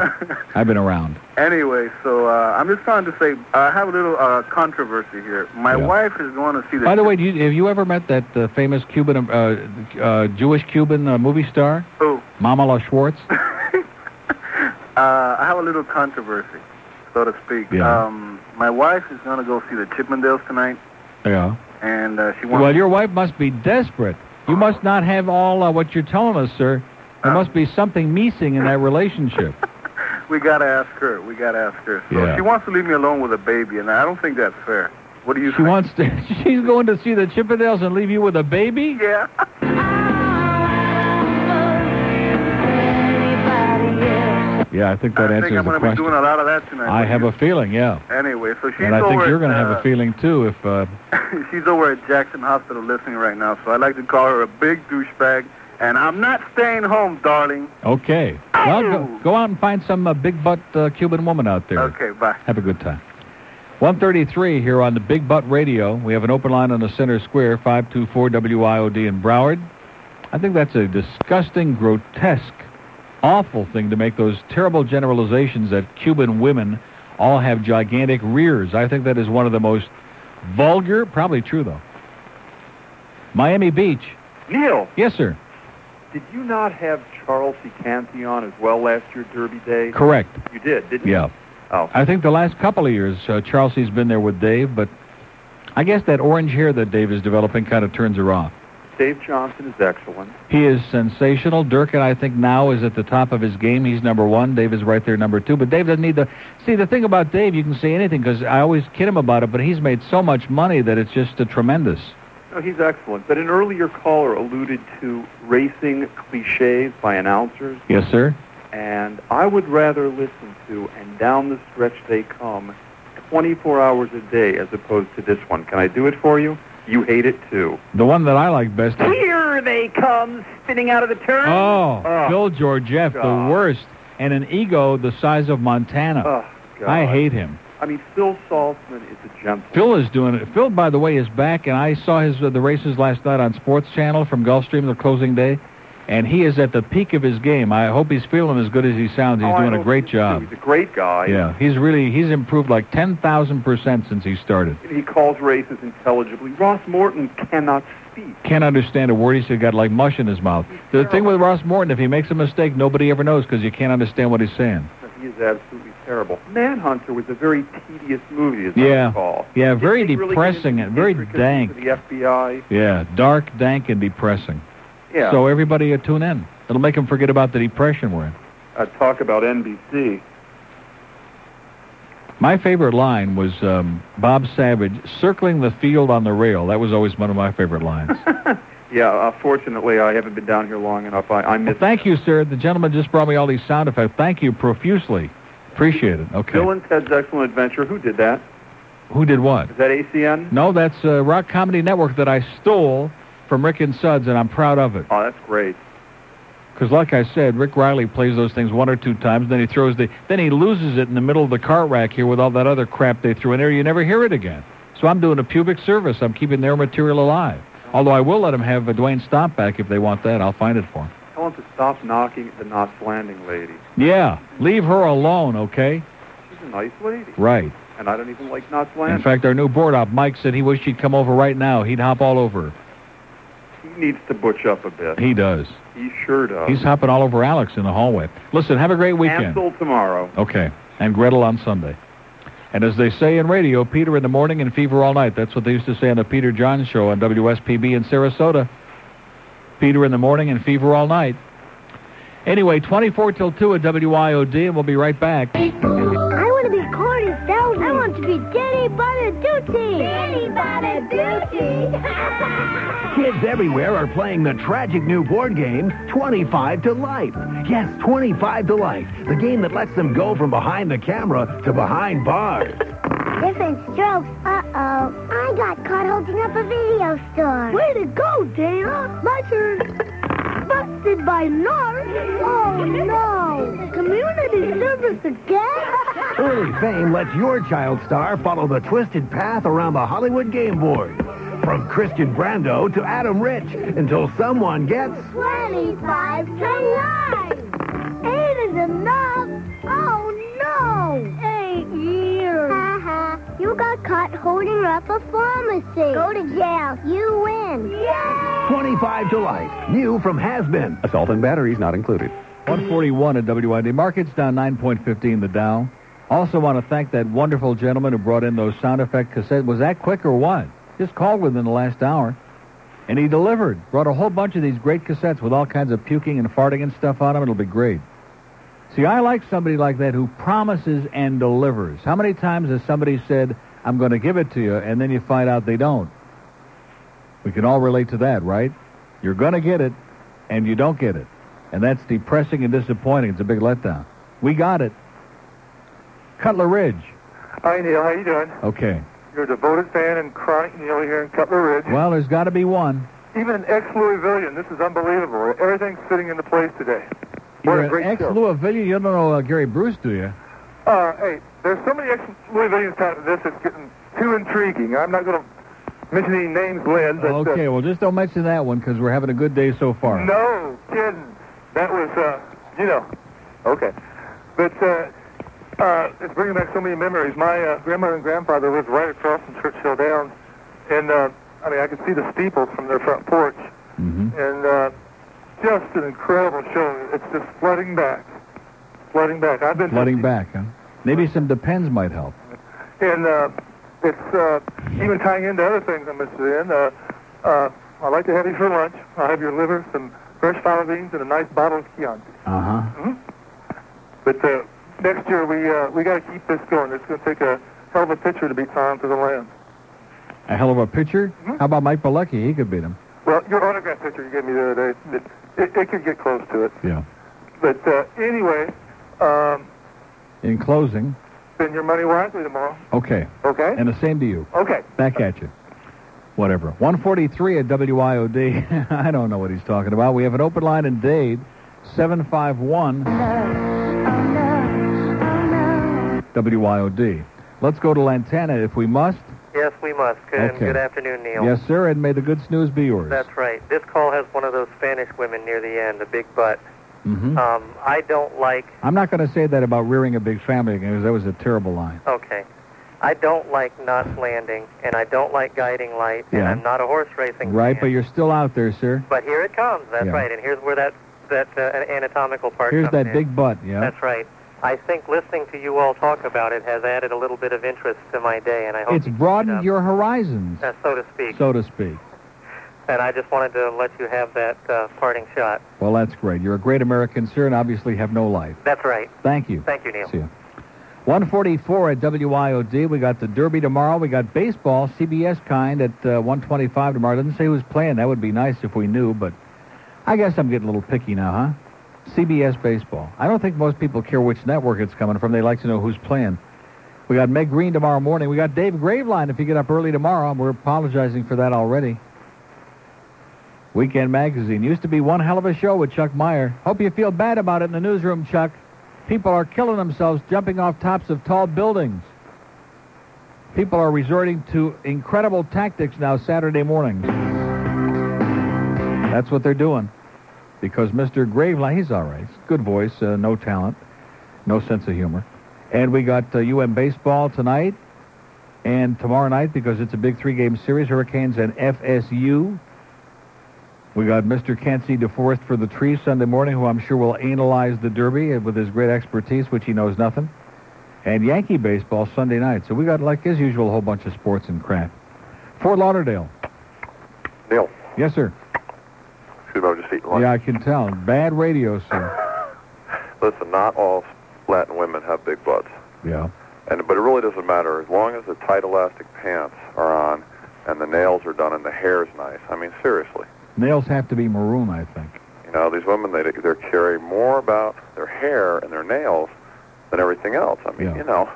A: I've been around.
W: Anyway, so uh, I'm just trying to say I have a little uh, controversy here. My wife is going to see the.
A: By the way, do you, have you ever met that uh, famous Cuban, um, uh, uh, Jewish Cuban uh, movie star?
W: Who?
A: Mama La Schwartz?
W: Uh, I have a little controversy, so to speak.
A: Yeah.
W: Um, my wife is going to go see the Chippendales tonight,
A: yeah.
W: and uh, she wants.
A: Well, your wife must be desperate. You must not have all uh, what you're telling us, sir. There must be something missing in that relationship.
W: We gotta ask her. We gotta ask her. So
A: Yeah.
W: she wants to leave me alone with a baby, and I don't think that's fair. What do you
A: She wants to. She's going to see the Chippendales and leave you with a baby?
W: Yeah.
A: Yeah, I think that
W: I
A: answers
W: think I'm
A: the
W: gonna be
A: question.
W: doing a lot of that tonight.
A: I have a feeling, yeah.
W: Anyway, so she's
A: And I think
W: over
A: you're
W: at,
A: going to have a
W: uh,
A: feeling too if uh,
W: she's over at Jackson Hospital listening right now, so I like to call her a big douchebag. And I'm not staying home, darling.
A: okay. Well, go, go out and find some uh, big butt uh, Cuban woman out there.
W: Okay, bye.
A: Have a good time. 133 here on the Big Butt Radio. We have an open line on the center square, 524 WIOD in Broward. I think that's a disgusting, grotesque, awful thing to make those terrible generalizations that Cuban women all have gigantic rears. I think that is one of the most vulgar, probably true though, Miami Beach.
F: Neil,
A: Yes, sir.
F: did you not have Charles C. Canty on as well last year, Derby Day?
A: Correct.
F: You did, didn't you?
A: Yeah.
F: Oh.
A: I think the last couple of years, uh, Chelsea's been there with Dave, but I guess that orange hair that Dave is developing kind of turns her off.
F: Dave Johnson is excellent.
A: He is sensational. Durkin, I think, now is at the top of his game. He's number one. Dave is right there, number two. But Dave doesn't need the. See, the thing about Dave, you can say anything because I always kid him about it, but he's made so much money that it's just uh, tremendous.
F: No, he's excellent. But an earlier caller alluded to racing cliches by announcers,
A: Yes, sir.
F: and I would rather listen to "And Down the Stretch They Come" 24 hours a day as opposed to this one. Can I do it for you? You hate it too.
A: The one that I like best.
F: Here they come, spinning out of the turn. Ah,
A: Oh, Bill Georgieff, the worst, and an ego the size of Montana.
F: Oh, ah, God.
A: I hate him.
F: I mean, Phil Saltzman is a gem.
A: Phil is doing it. Phil, by the way, is back, and I saw his uh, the races last night on Sports Channel from Gulfstream, the closing day, and he is at the peak of his game. I hope he's feeling as good as he sounds. He's
F: Oh, I
A: doing a
F: hope
A: great job.
F: He's a great guy.
A: Yeah, he's really he's improved like ten thousand percent since he started.
F: He calls races intelligibly. Ross Morton cannot speak.
A: Can't understand a word he said. Got like mush in his mouth. The thing with Ross Morton, if he makes a mistake, nobody ever knows because you can't understand what he's saying.
F: He is absolutely terrible. Manhunter was a very tedious movie, as I
A: Yeah,
F: recall.
A: yeah, very
F: Didn't really get
A: depressing
F: into
A: and
F: the
A: very
F: intricacies
A: dank.
F: of The FBI.
A: Yeah, dark, dank, and depressing.
F: Yeah.
A: So everybody uh, tune in. It'll make them forget about the depression we're in.
F: uh, talk about NBC.
A: My favorite line was um, Bob Savage circling the field on the rail. That was always one of my favorite lines.
F: Yeah. Uh, fortunately, I haven't been down here long enough. I, I miss.
A: well, thank you, sir. The gentleman just brought me all these sound effects. Thank you profusely. Appreciate it. Okay.
F: Bill and Ted's Excellent Adventure. Who did that?
A: Who did what?
F: Is that ACN?
A: No, that's uh, Rock Comedy Network that I stole from Rick and Suds, and I'm proud of it.
F: Oh, that's great.
A: Because, like I said, Rick Riley plays those things one or two times, then he throws the, then he loses it in the middle of the car rack here with all that other crap they threw in there. You never hear it again. So I'm doing a pubic service. I'm keeping their material alive. Although I will let them have a Dwayne Stomp back if they want that. I'll find it for them.
F: Tell him to stop knocking at the Knots Landing lady.
A: Yeah, leave her alone, okay?
F: She's a nice lady,
A: Right.
F: and I don't even like Knots
A: In
F: Landing.
A: fact, our new board op, Mike, said he wished she'd come over right now. He'd hop all over.
F: he needs to butch up a bit.
A: her. He does.
F: He sure does.
A: He's hopping all over Alex in the hallway. Listen, have a great weekend.
F: Ansel tomorrow.
A: Okay. And Gretel on Sunday. And as they say in radio, Peter in the morning and fever all night. That's what they used to say on the Peter John show on WSPB in Sarasota. Peter in the morning and fever all night. Anyway, 24 till 2 at WIOD, and we'll be right back.
G: I want to be Corny Feldman. I want to be Jenny Butter Duty. Jenny Butter Duty.
H: Kids everywhere are playing the tragic new board game, 25 to Life. Yes, 25 to Life, the game that lets them go from behind the camera to behind bars.
G: Different strokes. Uh-oh. I got caught holding up a video store. Way to go, Dana. My turn. Busted by NARC. Oh, no. Community service again?
H: Early fame lets your child star follow the twisted path around the Hollywood game board. From Christian Brando to Adam Rich, until someone gets
G: 25 to 9. Eight is enough. Oh, no. Eight years. you got caught holding up a pharmacy. Go to jail. You win. Yeah.
H: 25 to Life. New from Has-Been. Assault and batteries not included.
A: 141 at WID. Markets down 9.15 the Dow. Also want to thank that wonderful gentleman who brought in those sound effect cassettes. Was that quick or what? Just called within the last hour. And he delivered. Brought a whole bunch of these great cassettes with all kinds of puking and farting and stuff on them. It'll be great. See, I like somebody like that who promises and delivers. How many times has somebody said, I'm going to give it to you, and then you find out they don't? We can all relate to that, right? You're going to get it, and you don't get it. And that's depressing and disappointing. It's a big letdown. We got it. Cutler Ridge.
X: Hi, Neil. How you doing?
A: Okay.
X: You're a devoted fan and chronic Neil here in Cutler Ridge.
A: Well, there's got to be one.
X: Even an ex-Louisvillian, this is unbelievable. Everything's fitting into place today.
A: You're an ex-Louisville. You don't know uh, Gary Bruce, do you?
X: Uh, hey, there's so many ex-Louisvillians down to this, it's getting too intriguing. I'm not going to mention any names, Lynn. But, uh,
A: Okay, well, just don't mention that one because we're having a good day so far.
X: No kidding. That was, uh, you know, okay. But uh, uh, it's bringing back so many memories. My uh, grandmother and grandfather lived right across from Churchill Downs, and uh, I mean, I could see the steeples from their front porch, and uh, just an incredible show. It's just flooding back, flooding back. I've been
A: Flooding back, huh? Maybe some Depends might help.
X: And uh, it's uh, even tying into other things I'm interested in. Uh, uh, I like to have you for lunch. I'll have your liver, some fresh fava beans, and a nice bottle of Chianti.
A: Uh
X: But uh, next year we uh, we got to keep this going. It's going to take a hell of a pitcher to beat Tom to the land.
A: huh. A hell of a pitcher. How about Mike Balecki? He could beat him.
X: Well, your autograph picture you gave me the other day, it, it, it could get close to it.
A: Yeah.
X: But uh, anyway, um,
A: In closing,
X: spend your money wisely tomorrow.
A: okay.
X: Okay.
A: And the same to you.
X: Okay.
A: Back at you. Whatever. 143 at WIOD. I don't know what he's talking about. We have an open line in Dade, 751
G: Oh,
A: WIOD. Let's go to Lantana if we must.
D: Yes, we must. Good, and
A: Okay.
D: good afternoon, Neil.
A: Yes, sir, and may the good snooze be yours.
D: That's right. This call has one of those Spanish women near the end, a big butt.
A: Mhm.
D: Um, I don't like.
A: I'm not going to say that about rearing a big family because that was a terrible line.
D: Okay. I don't like not landing, and I don't like guiding light, and
A: Yeah.
D: I'm not a horse racing.
A: Right, but you're still out there, sir.
D: But here it comes. That's
A: Yeah.
D: right. And here's where that that uh, anatomical part.
A: Here's
D: comes
A: that
D: in.
A: big butt, yeah.
D: That's right. I think listening to you all talk about it has added a little bit of interest to my day, and I hope
A: It's broadened your horizons,
D: uh, so to speak.
A: so to speak.
D: And I just wanted to let you have that uh, parting shot.
A: Well, that's great. You're a great American, sir, and obviously have no life.
D: That's right.
A: Thank you.
D: Thank you, Neil.
A: See ya. 144 at WIOD. We got the Derby tomorrow. We got baseball, CBS kind, at uh, 125 tomorrow. Doesn't say who's playing. That would be nice if we knew, but I guess I'm getting a little picky now, huh? CBS baseball. I don't think most people care which network it's coming from. They like to know who's playing. We got Meg Green tomorrow morning. We got Dave Graveline if you get up early tomorrow. We're apologizing for that already. Weekend Magazine. Used to be one hell of a show with Chuck Meyer. Hope you feel bad about it in the newsroom, Chuck. People are killing themselves jumping off tops of tall buildings. People are resorting to incredible tactics now Saturday mornings. That's what they're doing. Because Mr. Graveline, he's all right. He's a Good voice, uh, no talent, no sense of humor. And we got uh, UM baseball tonight and tomorrow night because it's a big three-game series, Hurricanes and FSU. We got Mr. Kenzie DeForest for the tree Sunday morning, who I'm sure will analyze the Derby with his great expertise, which he knows nothing. And Yankee baseball Sunday night. So we got, like as usual, a whole bunch of sports and crap. Fort Lauderdale.
E: Neil.
A: Yes, sir.
E: Excuse me, I was just eating lunch.
A: Yeah, I can tell. Bad radio, sir.
E: Listen, not all Latin women have big butts,
A: Yeah.
E: and but it really doesn't matter as long as the tight elastic pants are on and the nails are done and the hair's nice. I mean, seriously,
A: Nails have to be maroon, I think.
E: you know these women they they carry more about their hair and their nails than everything else. I mean, you know,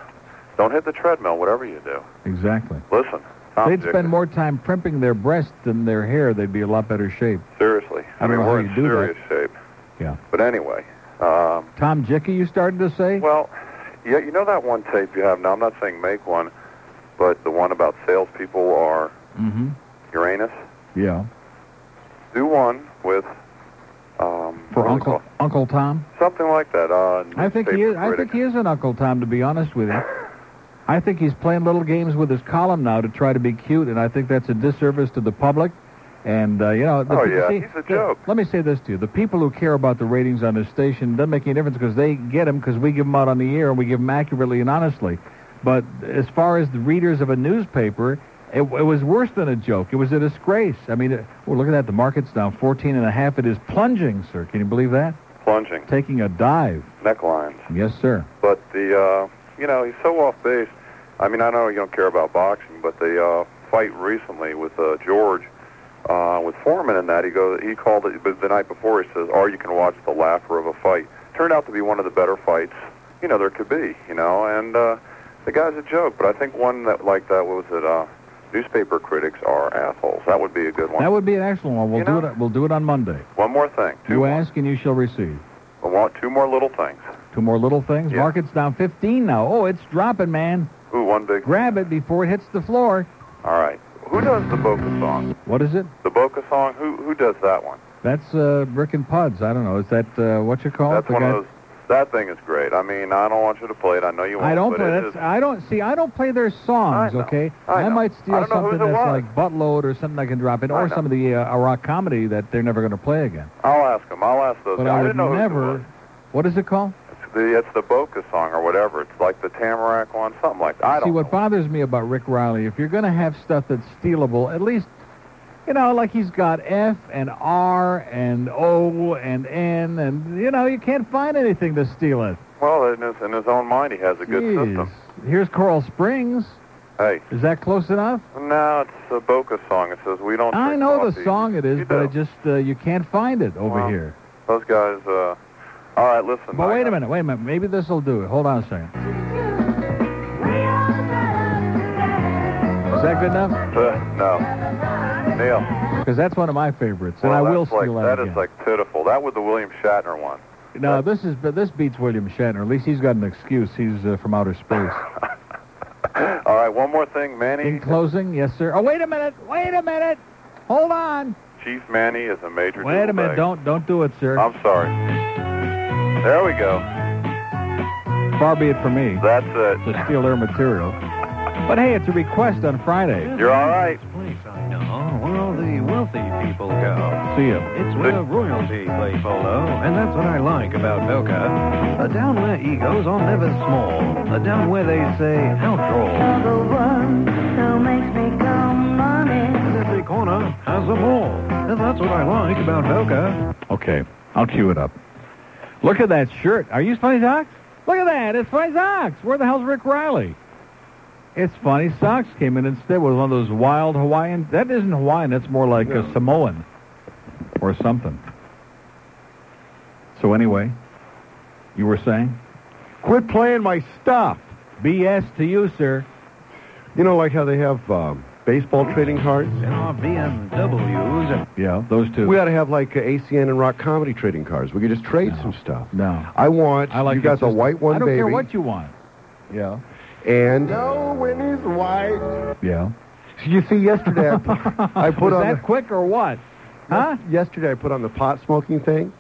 E: don't hit the treadmill, whatever you do.
A: Exactly.
E: Listen, Tom
A: They'd
E: Dick-
A: spend more time primping their breasts than their hair. They'd be a lot better shape.
E: seriously.
A: I don't
E: mean,
A: know how
E: we're
A: you
E: in
A: do that.
E: serious shape.
A: Yeah.
E: But anyway, um,
A: Tom Jicky, you started to say?
E: Well, yeah, you know that one tape you have now. I'm not saying make one, but the one about salespeople are
A: Mm-hmm.
E: Uranus.
A: Yeah.
E: Do one with um,
A: For
E: what do they
A: Uncle Uncle Tom.
E: call it? something like that. Uh,
A: I think he
E: newspaper
A: is. I
E: critic.
A: think he is an Uncle Tom, to be honest with you. I think he's playing little games with his column now to try to be cute, and I think that's a disservice to the public. And uh, you know, the
E: Oh,
A: pe-
E: yeah,
A: see,
E: he's a
A: the- Let me say this to you: the people who care about the ratings on this station doesn't make any difference because they get them because we give them out on the air and we give them accurately and honestly. But as far as the readers of a newspaper, it, it was worse than a joke. It was a disgrace. I mean, it, well, look at that. The market's down 14 and a half. It is plunging, sir. Can you believe that?
E: plunging
A: Taking a dive.
E: necklines.
A: Yes, sir.
E: But the uh, you know he's so off base. I mean, I know you don't care about boxing, but the uh, fight recently with uh, George. Uh, with Foreman in that, he goes. He called it, but the night before he says, "Or you can watch the laughter of a fight." Turned out to be one of the better fights, you know, there could be, you know. And uh, the guy's a joke, but I think one that like that what was it? Uh, newspaper critics are assholes. That would be a good one.
A: That would be an excellent one. We'll do it. We'll do it on Monday.
E: One more thing.
A: You ask and you shall receive.
E: I want two more little things.
A: Two more little things.
E: Yeah.
A: Market's down 15 now. Oh, it's dropping, man.
E: Ooh, one big.
A: Grab it before it hits the floor.
E: All right. Who does the Boca song?
A: What is it?
E: The Boca song. Who who does that one?
A: That's uh, Brick and Puds. I don't know. Is that uh, what you call
E: That's
A: it? The
E: one
A: guy-
E: of those That thing is great. I mean, I don't want you to play it. I know you won't.
A: I don't
E: but
A: play.
E: it
A: That's, I don't see. I don't play their songs. okay, I, might steal
E: I don't know who
A: something
E: it
A: that's
E: was.
A: like buttload or something I can drop in, or some of the uh, rock comedy that they're never going to play again.
E: I'll ask him. I'll ask those.
A: but
E: guys.
A: I,
E: I
A: would
E: didn't know who it
A: never. what is it called?
E: The, it's the Boca song or whatever. It's like the Tamarack one, something like that. I
A: See,
E: don't.
A: what bothers me about Rick Riley, if you're going to have stuff that's stealable, at least, you know, like he's got F and R and O and N, and, you know, you can't find anything to steal it.
E: Well, in his, in his own mind, he has a good
A: Jeez.
E: system.
A: Here's Coral Springs.
E: Hey,
A: Is that close enough?
E: no, it's the Boca song. It says we don't.
A: I
E: drink
A: know
E: coffee."
A: the song it is, but I just, uh, you can't find it over
E: Well,
A: here.
E: Those guys. Uh, all right, listen.
A: But
E: I-
A: wait a minute, wait a minute. Maybe this will do it. Hold on a second. Is that good enough?
E: Uh, no, Neil.
A: Because that's one of my favorites, and
E: well,
A: I
E: that's
A: will steal
E: like,
A: that
E: That
A: again.
E: is like pitiful. That was the William Shatner one.
A: No, this is but this beats William Shatner. At least he's got an excuse. He's uh, from outer space.
E: All right, one more thing, Manny.
A: In closing, yes, sir. Oh, wait a minute. Wait a minute. Hold on.
E: Chief Manny is a major.
A: Wait a minute.
E: doodlebag.
A: Don't don't do it, sir.
E: I'm sorry. There we go.
A: Far be it from me
E: That's it.
A: to steal their material. But hey, it's a request on Friday.
E: You're all right.
I: No, where all the wealthy people go.
A: See ya.
I: It's where royalty play polo, and that's what I like about Boca. A down where egos are never small. A down where they say outroll.
J: The one who makes me come running.
I: Every corner has a ball, and that's what I like about Boca.
A: Okay, I'll cue it up. Look at that shirt. Are you Funny Socks? Look at that. It's Funny Socks. Where the hell's Rick Riley? It's Funny Socks came in instead with one of those wild Hawaiian. That isn't Hawaiian. That's more like a Samoan or something. So anyway, you were saying? Quit playing my stuff. BS to you, sir.
K: You know, like how they have um, baseball trading cards?
I: And our BMWs.
A: Yeah, those two.
K: We ought to have like uh, ACN and rock comedy trading cards. We could just trade some stuff.
A: No.
K: I want,
A: I like
K: you got
A: it
K: the
A: just-
K: white one,
A: I don't
K: baby.
A: care what you want. Yeah.
K: And,
A: No, Winnie's white. Yeah.
K: you see, yesterday I put, I put
A: Was
K: on.
A: that quick or what?
K: Huh? Yesterday I put on the pot smoking thing,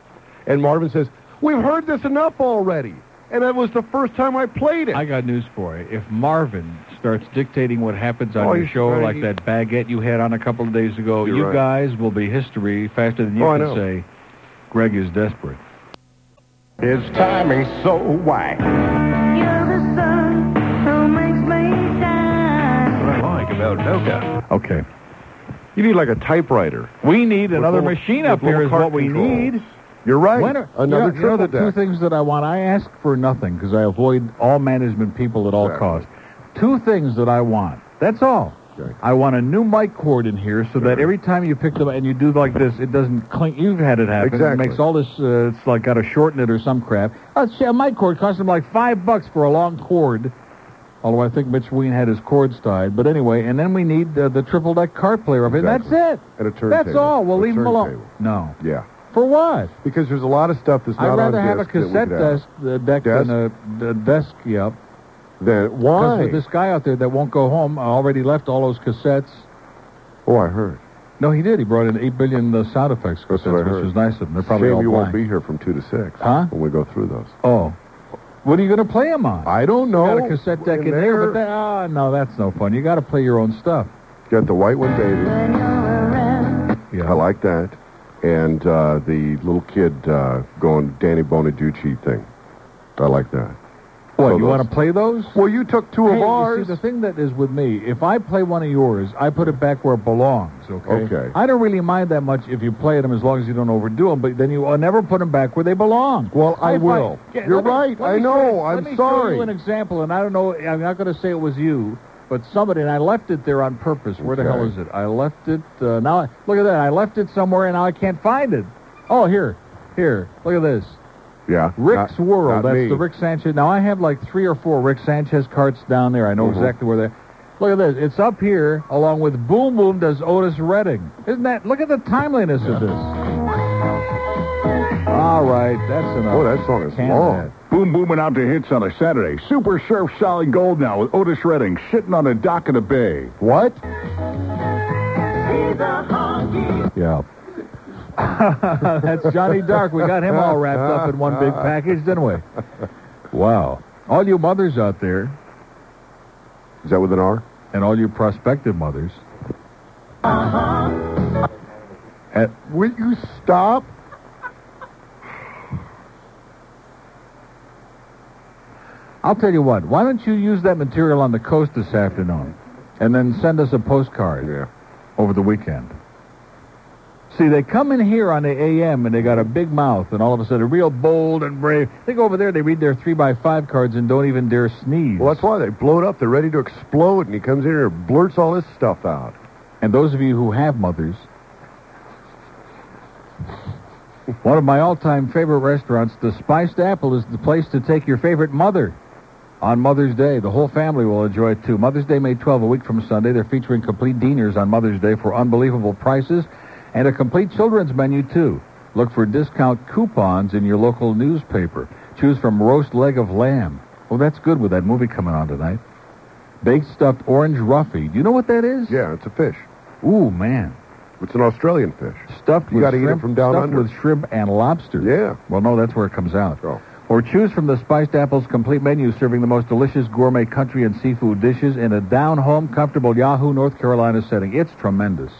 K: and Marvin says, We've heard this enough already. And that was the first time I played it.
A: I got news for you. If Marvin starts dictating what happens on
K: Oh,
A: your
K: he's
A: show,
K: right.
A: like that baguette you had on a couple of days ago,
K: You're
A: you
K: right.
A: guys will be history faster than you
K: Oh, I
A: can
K: know.
A: say. Greg is desperate.
K: His timing's so wide.
J: You're the sun who makes me
I: That's
J: shine.
I: what I like about Boca.
A: Okay.
K: You need like a typewriter.
A: We need
K: With
A: another
K: little-
A: machine
K: with
A: up here
K: little
A: is
K: cart
A: what we
K: controls.
A: need.
K: You're right.
A: When are-
K: Another
A: you know, you know the
K: triple
A: two
K: deck.
A: things that I want. I ask for nothing because I avoid all management people at all costs. Two things that I want. That's all. I want a new mic cord in here so that every time you pick them and you do like this, it doesn't clink. You've had it happen.
K: Exactly.
A: It makes all this. Uh, it's like got to shorten it or some crap. Uh, see, a mic cord cost them like five bucks for a long cord. Although I think Mitch Ween had his cords tied, but anyway. And then we need uh, the triple deck cart player up here.
K: Exactly.
A: That's it.
K: And a turntable.
A: That's all. We'll
K: A
A: leave them alone.
K: turntable.
A: No.
K: Yeah.
A: For what?
K: Because there's a lot of stuff that's not
A: I'd
K: on
A: rather have a
K: disc that we
A: cassette
K: could have.
A: desk, uh, deck
K: Desk?
A: than a, a desk, yep.
K: Then
A: Because
K: why?
A: with this guy out there that won't go home, I already left all those cassettes.
K: Oh, I heard.
A: No, he did. He brought in 8 billion uh, sound effects
K: what
A: cassettes,
K: I
A: which
K: heard.
A: was nice of him. They're probably
K: Shame
A: all
K: you won't
A: blank.
K: be here from two to six.
A: Huh?
K: When we go through those.
A: Oh. What are you going to play them on?
K: I don't know.
A: You got a cassette deck in,
K: In
A: there,
K: there-
A: but that, ah, no, that's no fun. You got to play your own stuff.
K: Got the white one, baby.
A: Yeah.
K: I like that. And uh, the little kid uh, going Danny Bonaducci thing. I like that.
A: What,
K: So
A: you
K: those-
A: want to play those?
K: Well, you took two
A: Hey,
K: of
A: you see,
K: ours.
A: the thing that is with me, if I play one of yours, I put it back where it belongs, okay?
K: Okay.
A: I don't really mind that much if you play them as long as you don't overdo them, but then you uh, never put them back where they belong.
K: Well, I
A: High five.
K: will.
A: Yeah,
K: You're
A: let me-
K: right.
A: let
K: I
A: me show
K: know.
A: you-
K: I'm
A: let me Show
K: sorry.
A: you an example, and I don't know. I'm not going to say it was you, but somebody, and I left it there on purpose. Where the
K: Okay.
A: hell is it? I left it. Uh, now, I- look at that. I left it somewhere, and now I can't find it. Oh, here, here. Look at this.
K: Yeah.
A: Rick's
K: not-
A: World.
K: not
A: That's
K: me.
A: the Rick Sanchez. Now I have like three or four Rick Sanchez carts down there. I know
L: Mm-hmm.
K: Mhm.
A: exactly where they're. Look at this. It's up here along with Boom Boom does Otis Redding. Isn't that? Look at the timeliness of this. All right, that's enough.
K: Oh, that song is
A: Can
K: long.
L: Boom booming out to hits on a Saturday. Super Surf Solid Gold now with Otis Redding sitting on a dock in the bay.
K: What?
L: Yeah.
A: That's Johnny Dark. We got him all wrapped up in one big package, didn't we? Wow. All you mothers out there.
L: Is that with an R?
A: And all you prospective mothers. Uh-huh.
L: Will you stop?
A: I'll tell you what. Why don't you use that material on the coast this afternoon, and then send us a postcard over the weekend? See, they come in here on the AM and they got a big mouth, and all of a sudden, real bold and brave. They go over there, they read their three by five cards and don't even dare sneeze.
K: Well, that's why they blow it up. They're ready to explode, and he comes in here and blurts all this stuff out.
A: And those of you who have mothers, one of my all-time favorite restaurants, the Spiced Apple, is the place to take your favorite mother on Mother's Day. The whole family will enjoy it too. Mother's Day, May 12, a week from Sunday. They're featuring complete diners on Mother's Day for unbelievable prices and a complete children's menu too. Look for discount coupons in your local newspaper. Choose from roast leg of lamb. Oh, that's good with that movie coming on tonight. Baked stuffed orange ruffy. Do you know what that is?
L: Yeah, it's a fish.
A: Ooh, man.
L: It's an Australian fish.
A: Stuffed
L: You
A: with
L: gotta eat it
A: shrimp,
L: from down
A: stuffed
L: under.
A: with shrimp and lobster.
L: Yeah.
A: Well, no, that's where it comes out.
L: Oh.
A: Or choose from the Spiced Apples complete menu serving the most delicious gourmet country and seafood dishes in a down-home, comfortable Yahoo, North Carolina setting. It's tremendous.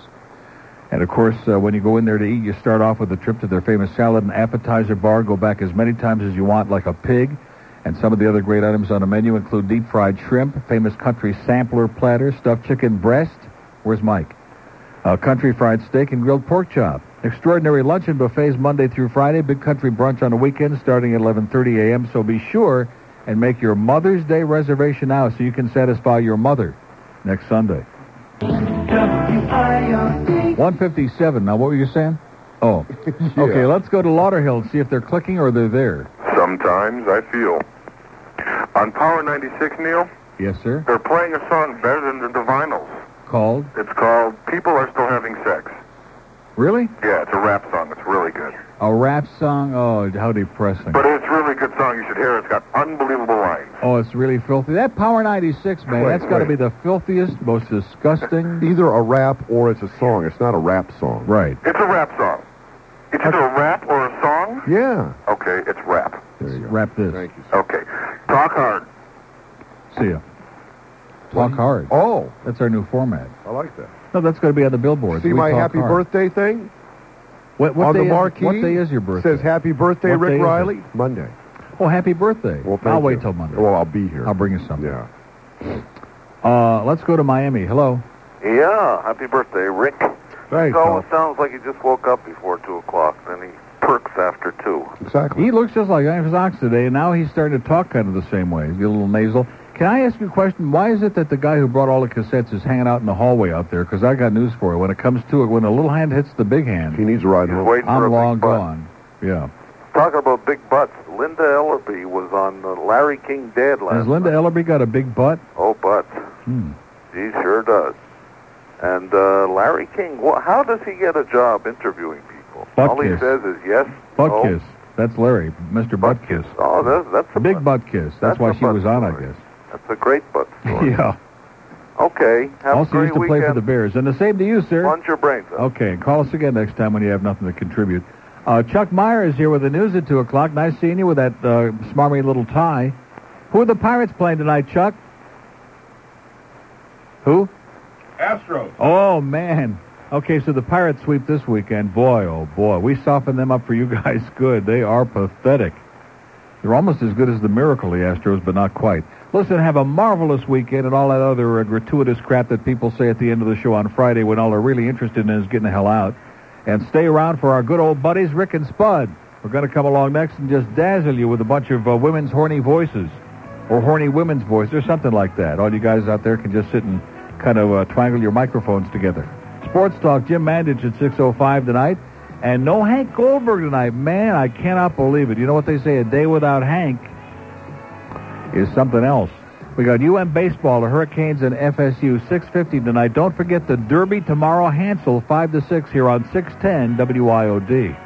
A: And of course, uh, when you go in there to eat, you start off with a trip to their famous salad and appetizer bar. Go back as many times as you want, like a pig. And some of the other great items on the menu include deep fried shrimp, famous country sampler platter, stuffed chicken breast. Where's Mike? Uh, country fried steak and grilled pork chop. Extraordinary luncheon buffets Monday through Friday. Big country brunch on the weekend starting at 11:30 a.m. So be sure and make your Mother's Day reservation now so you can satisfy your mother next Sunday. 157. Now, what were you saying? Oh, okay. Let's go to Lauderhill and see if they're clicking or they're there.
M: Sometimes I feel. On Power 96, Neil,
A: Yes, sir.
M: they're playing a song better than the, the vinyls.
A: Called.
M: It's called People Are Still Having Sex.
A: Really?
M: Yeah, it's a rap song. It's really good.
A: A rap song? Oh, how depressing.
M: But it's a really good song. You should hear it. It's got unbelievable lines.
A: Oh, it's really filthy. That Power 96, man,
M: Wait,
A: that's got to be the filthiest, most disgusting.
L: Either a rap or it's a song. It's not a rap song.
A: Right.
M: It's a rap song. It's either a rap or a song.
L: Yeah.
M: Okay, it's rap.
A: Wrap this. Thank
L: you.
M: Okay. Talk hard.
A: See ya. Talk hard.
L: Oh.
A: That's our new format.
L: I like that.
A: No, that's going to be on the billboard.
L: See my happy birthday thing?
A: What, what
L: On
A: day
L: the
A: is-
L: marquee?
A: what day is your birthday?
L: Says happy birthday,
A: What day
L: Rick
A: is it?
L: Riley. Monday.
A: Oh, happy birthday.
L: Well, thank
A: I'll
L: you.
A: wait till Monday.
L: Well, I'll be here.
A: I'll bring you something.
L: Yeah.
A: Uh, let's go to Miami. Hello.
N: Yeah, happy birthday, Rick.
A: Thanks.
N: So it sounds like he just woke up before 2 o'clock, then he perks after 2.
A: Exactly. He looks just like Ivan Fox today, and now he's starting to talk kind of the same way. He's a little nasal. Can I ask you a question? Why is it that the guy who brought all the cassettes is hanging out in the hallway out there? Because I got news for you. When it comes to it, when the little hand hits the big hand,
L: he needs a ride
N: home. waiting for a
A: I'm
N: big
A: long
N: butt.
A: gone. Yeah.
N: Talking about big butts, Linda Ellerby was on the Larry King Dead
A: Has
N: last
A: Linda Ellerby got a big butt?
N: Oh, butts.
A: Mm. Hmm.
N: He sure does. And uh, Larry King, wh- how does he get a job interviewing people?
A: Butt
N: All he
A: kiss.
N: says is yes,
A: Butt
N: no.
A: kiss. That's Larry, Mr. Butt, kiss.
N: Oh, that, that's a
A: big butt, kiss. That's,
N: That's
A: why
N: a
A: she
N: butt
A: was on, I guess.
N: That's a great butt.
A: yeah.
N: Okay, have a
A: also
N: great
A: used to
N: weekend.
A: play for the Bears. And the same to you, sir.
N: Punch your brains out.
A: Okay, call us again next time when you have nothing to contribute. Uh, Chuck Meyer is here with the news at 2 o'clock. Nice seeing you with that uh, smarmy little tie. Who are the Pirates playing tonight, Chuck? Who?
O: Astros.
A: Oh, man. Okay, so the Pirates sweep this weekend. Boy, oh, boy. We softened them up for you guys good. They are pathetic. They're almost as good as the miracle, the Astros, but not quite. Listen, have a marvelous weekend and all that other uh, gratuitous crap that people say at the end of the show on Friday when all they're really interested in is getting the hell out. And stay around for our good old buddies, Rick and Spud. We're going to come along next and just dazzle you with a bunch of uh, women's horny voices or horny women's voice or something like that. All you guys out there can just sit and kind of uh, triangle your microphones together. Sports Talk, Jim Mandich at 6.05 tonight. And no Hank Goldberg tonight. Man, I cannot believe it. You know what they say, a day without Hank is something else. We got UM baseball, the Hurricanes and FSU, 6.50 tonight. Don't forget the Derby tomorrow, Hansel, 5 to 6 here on 610 WIOD.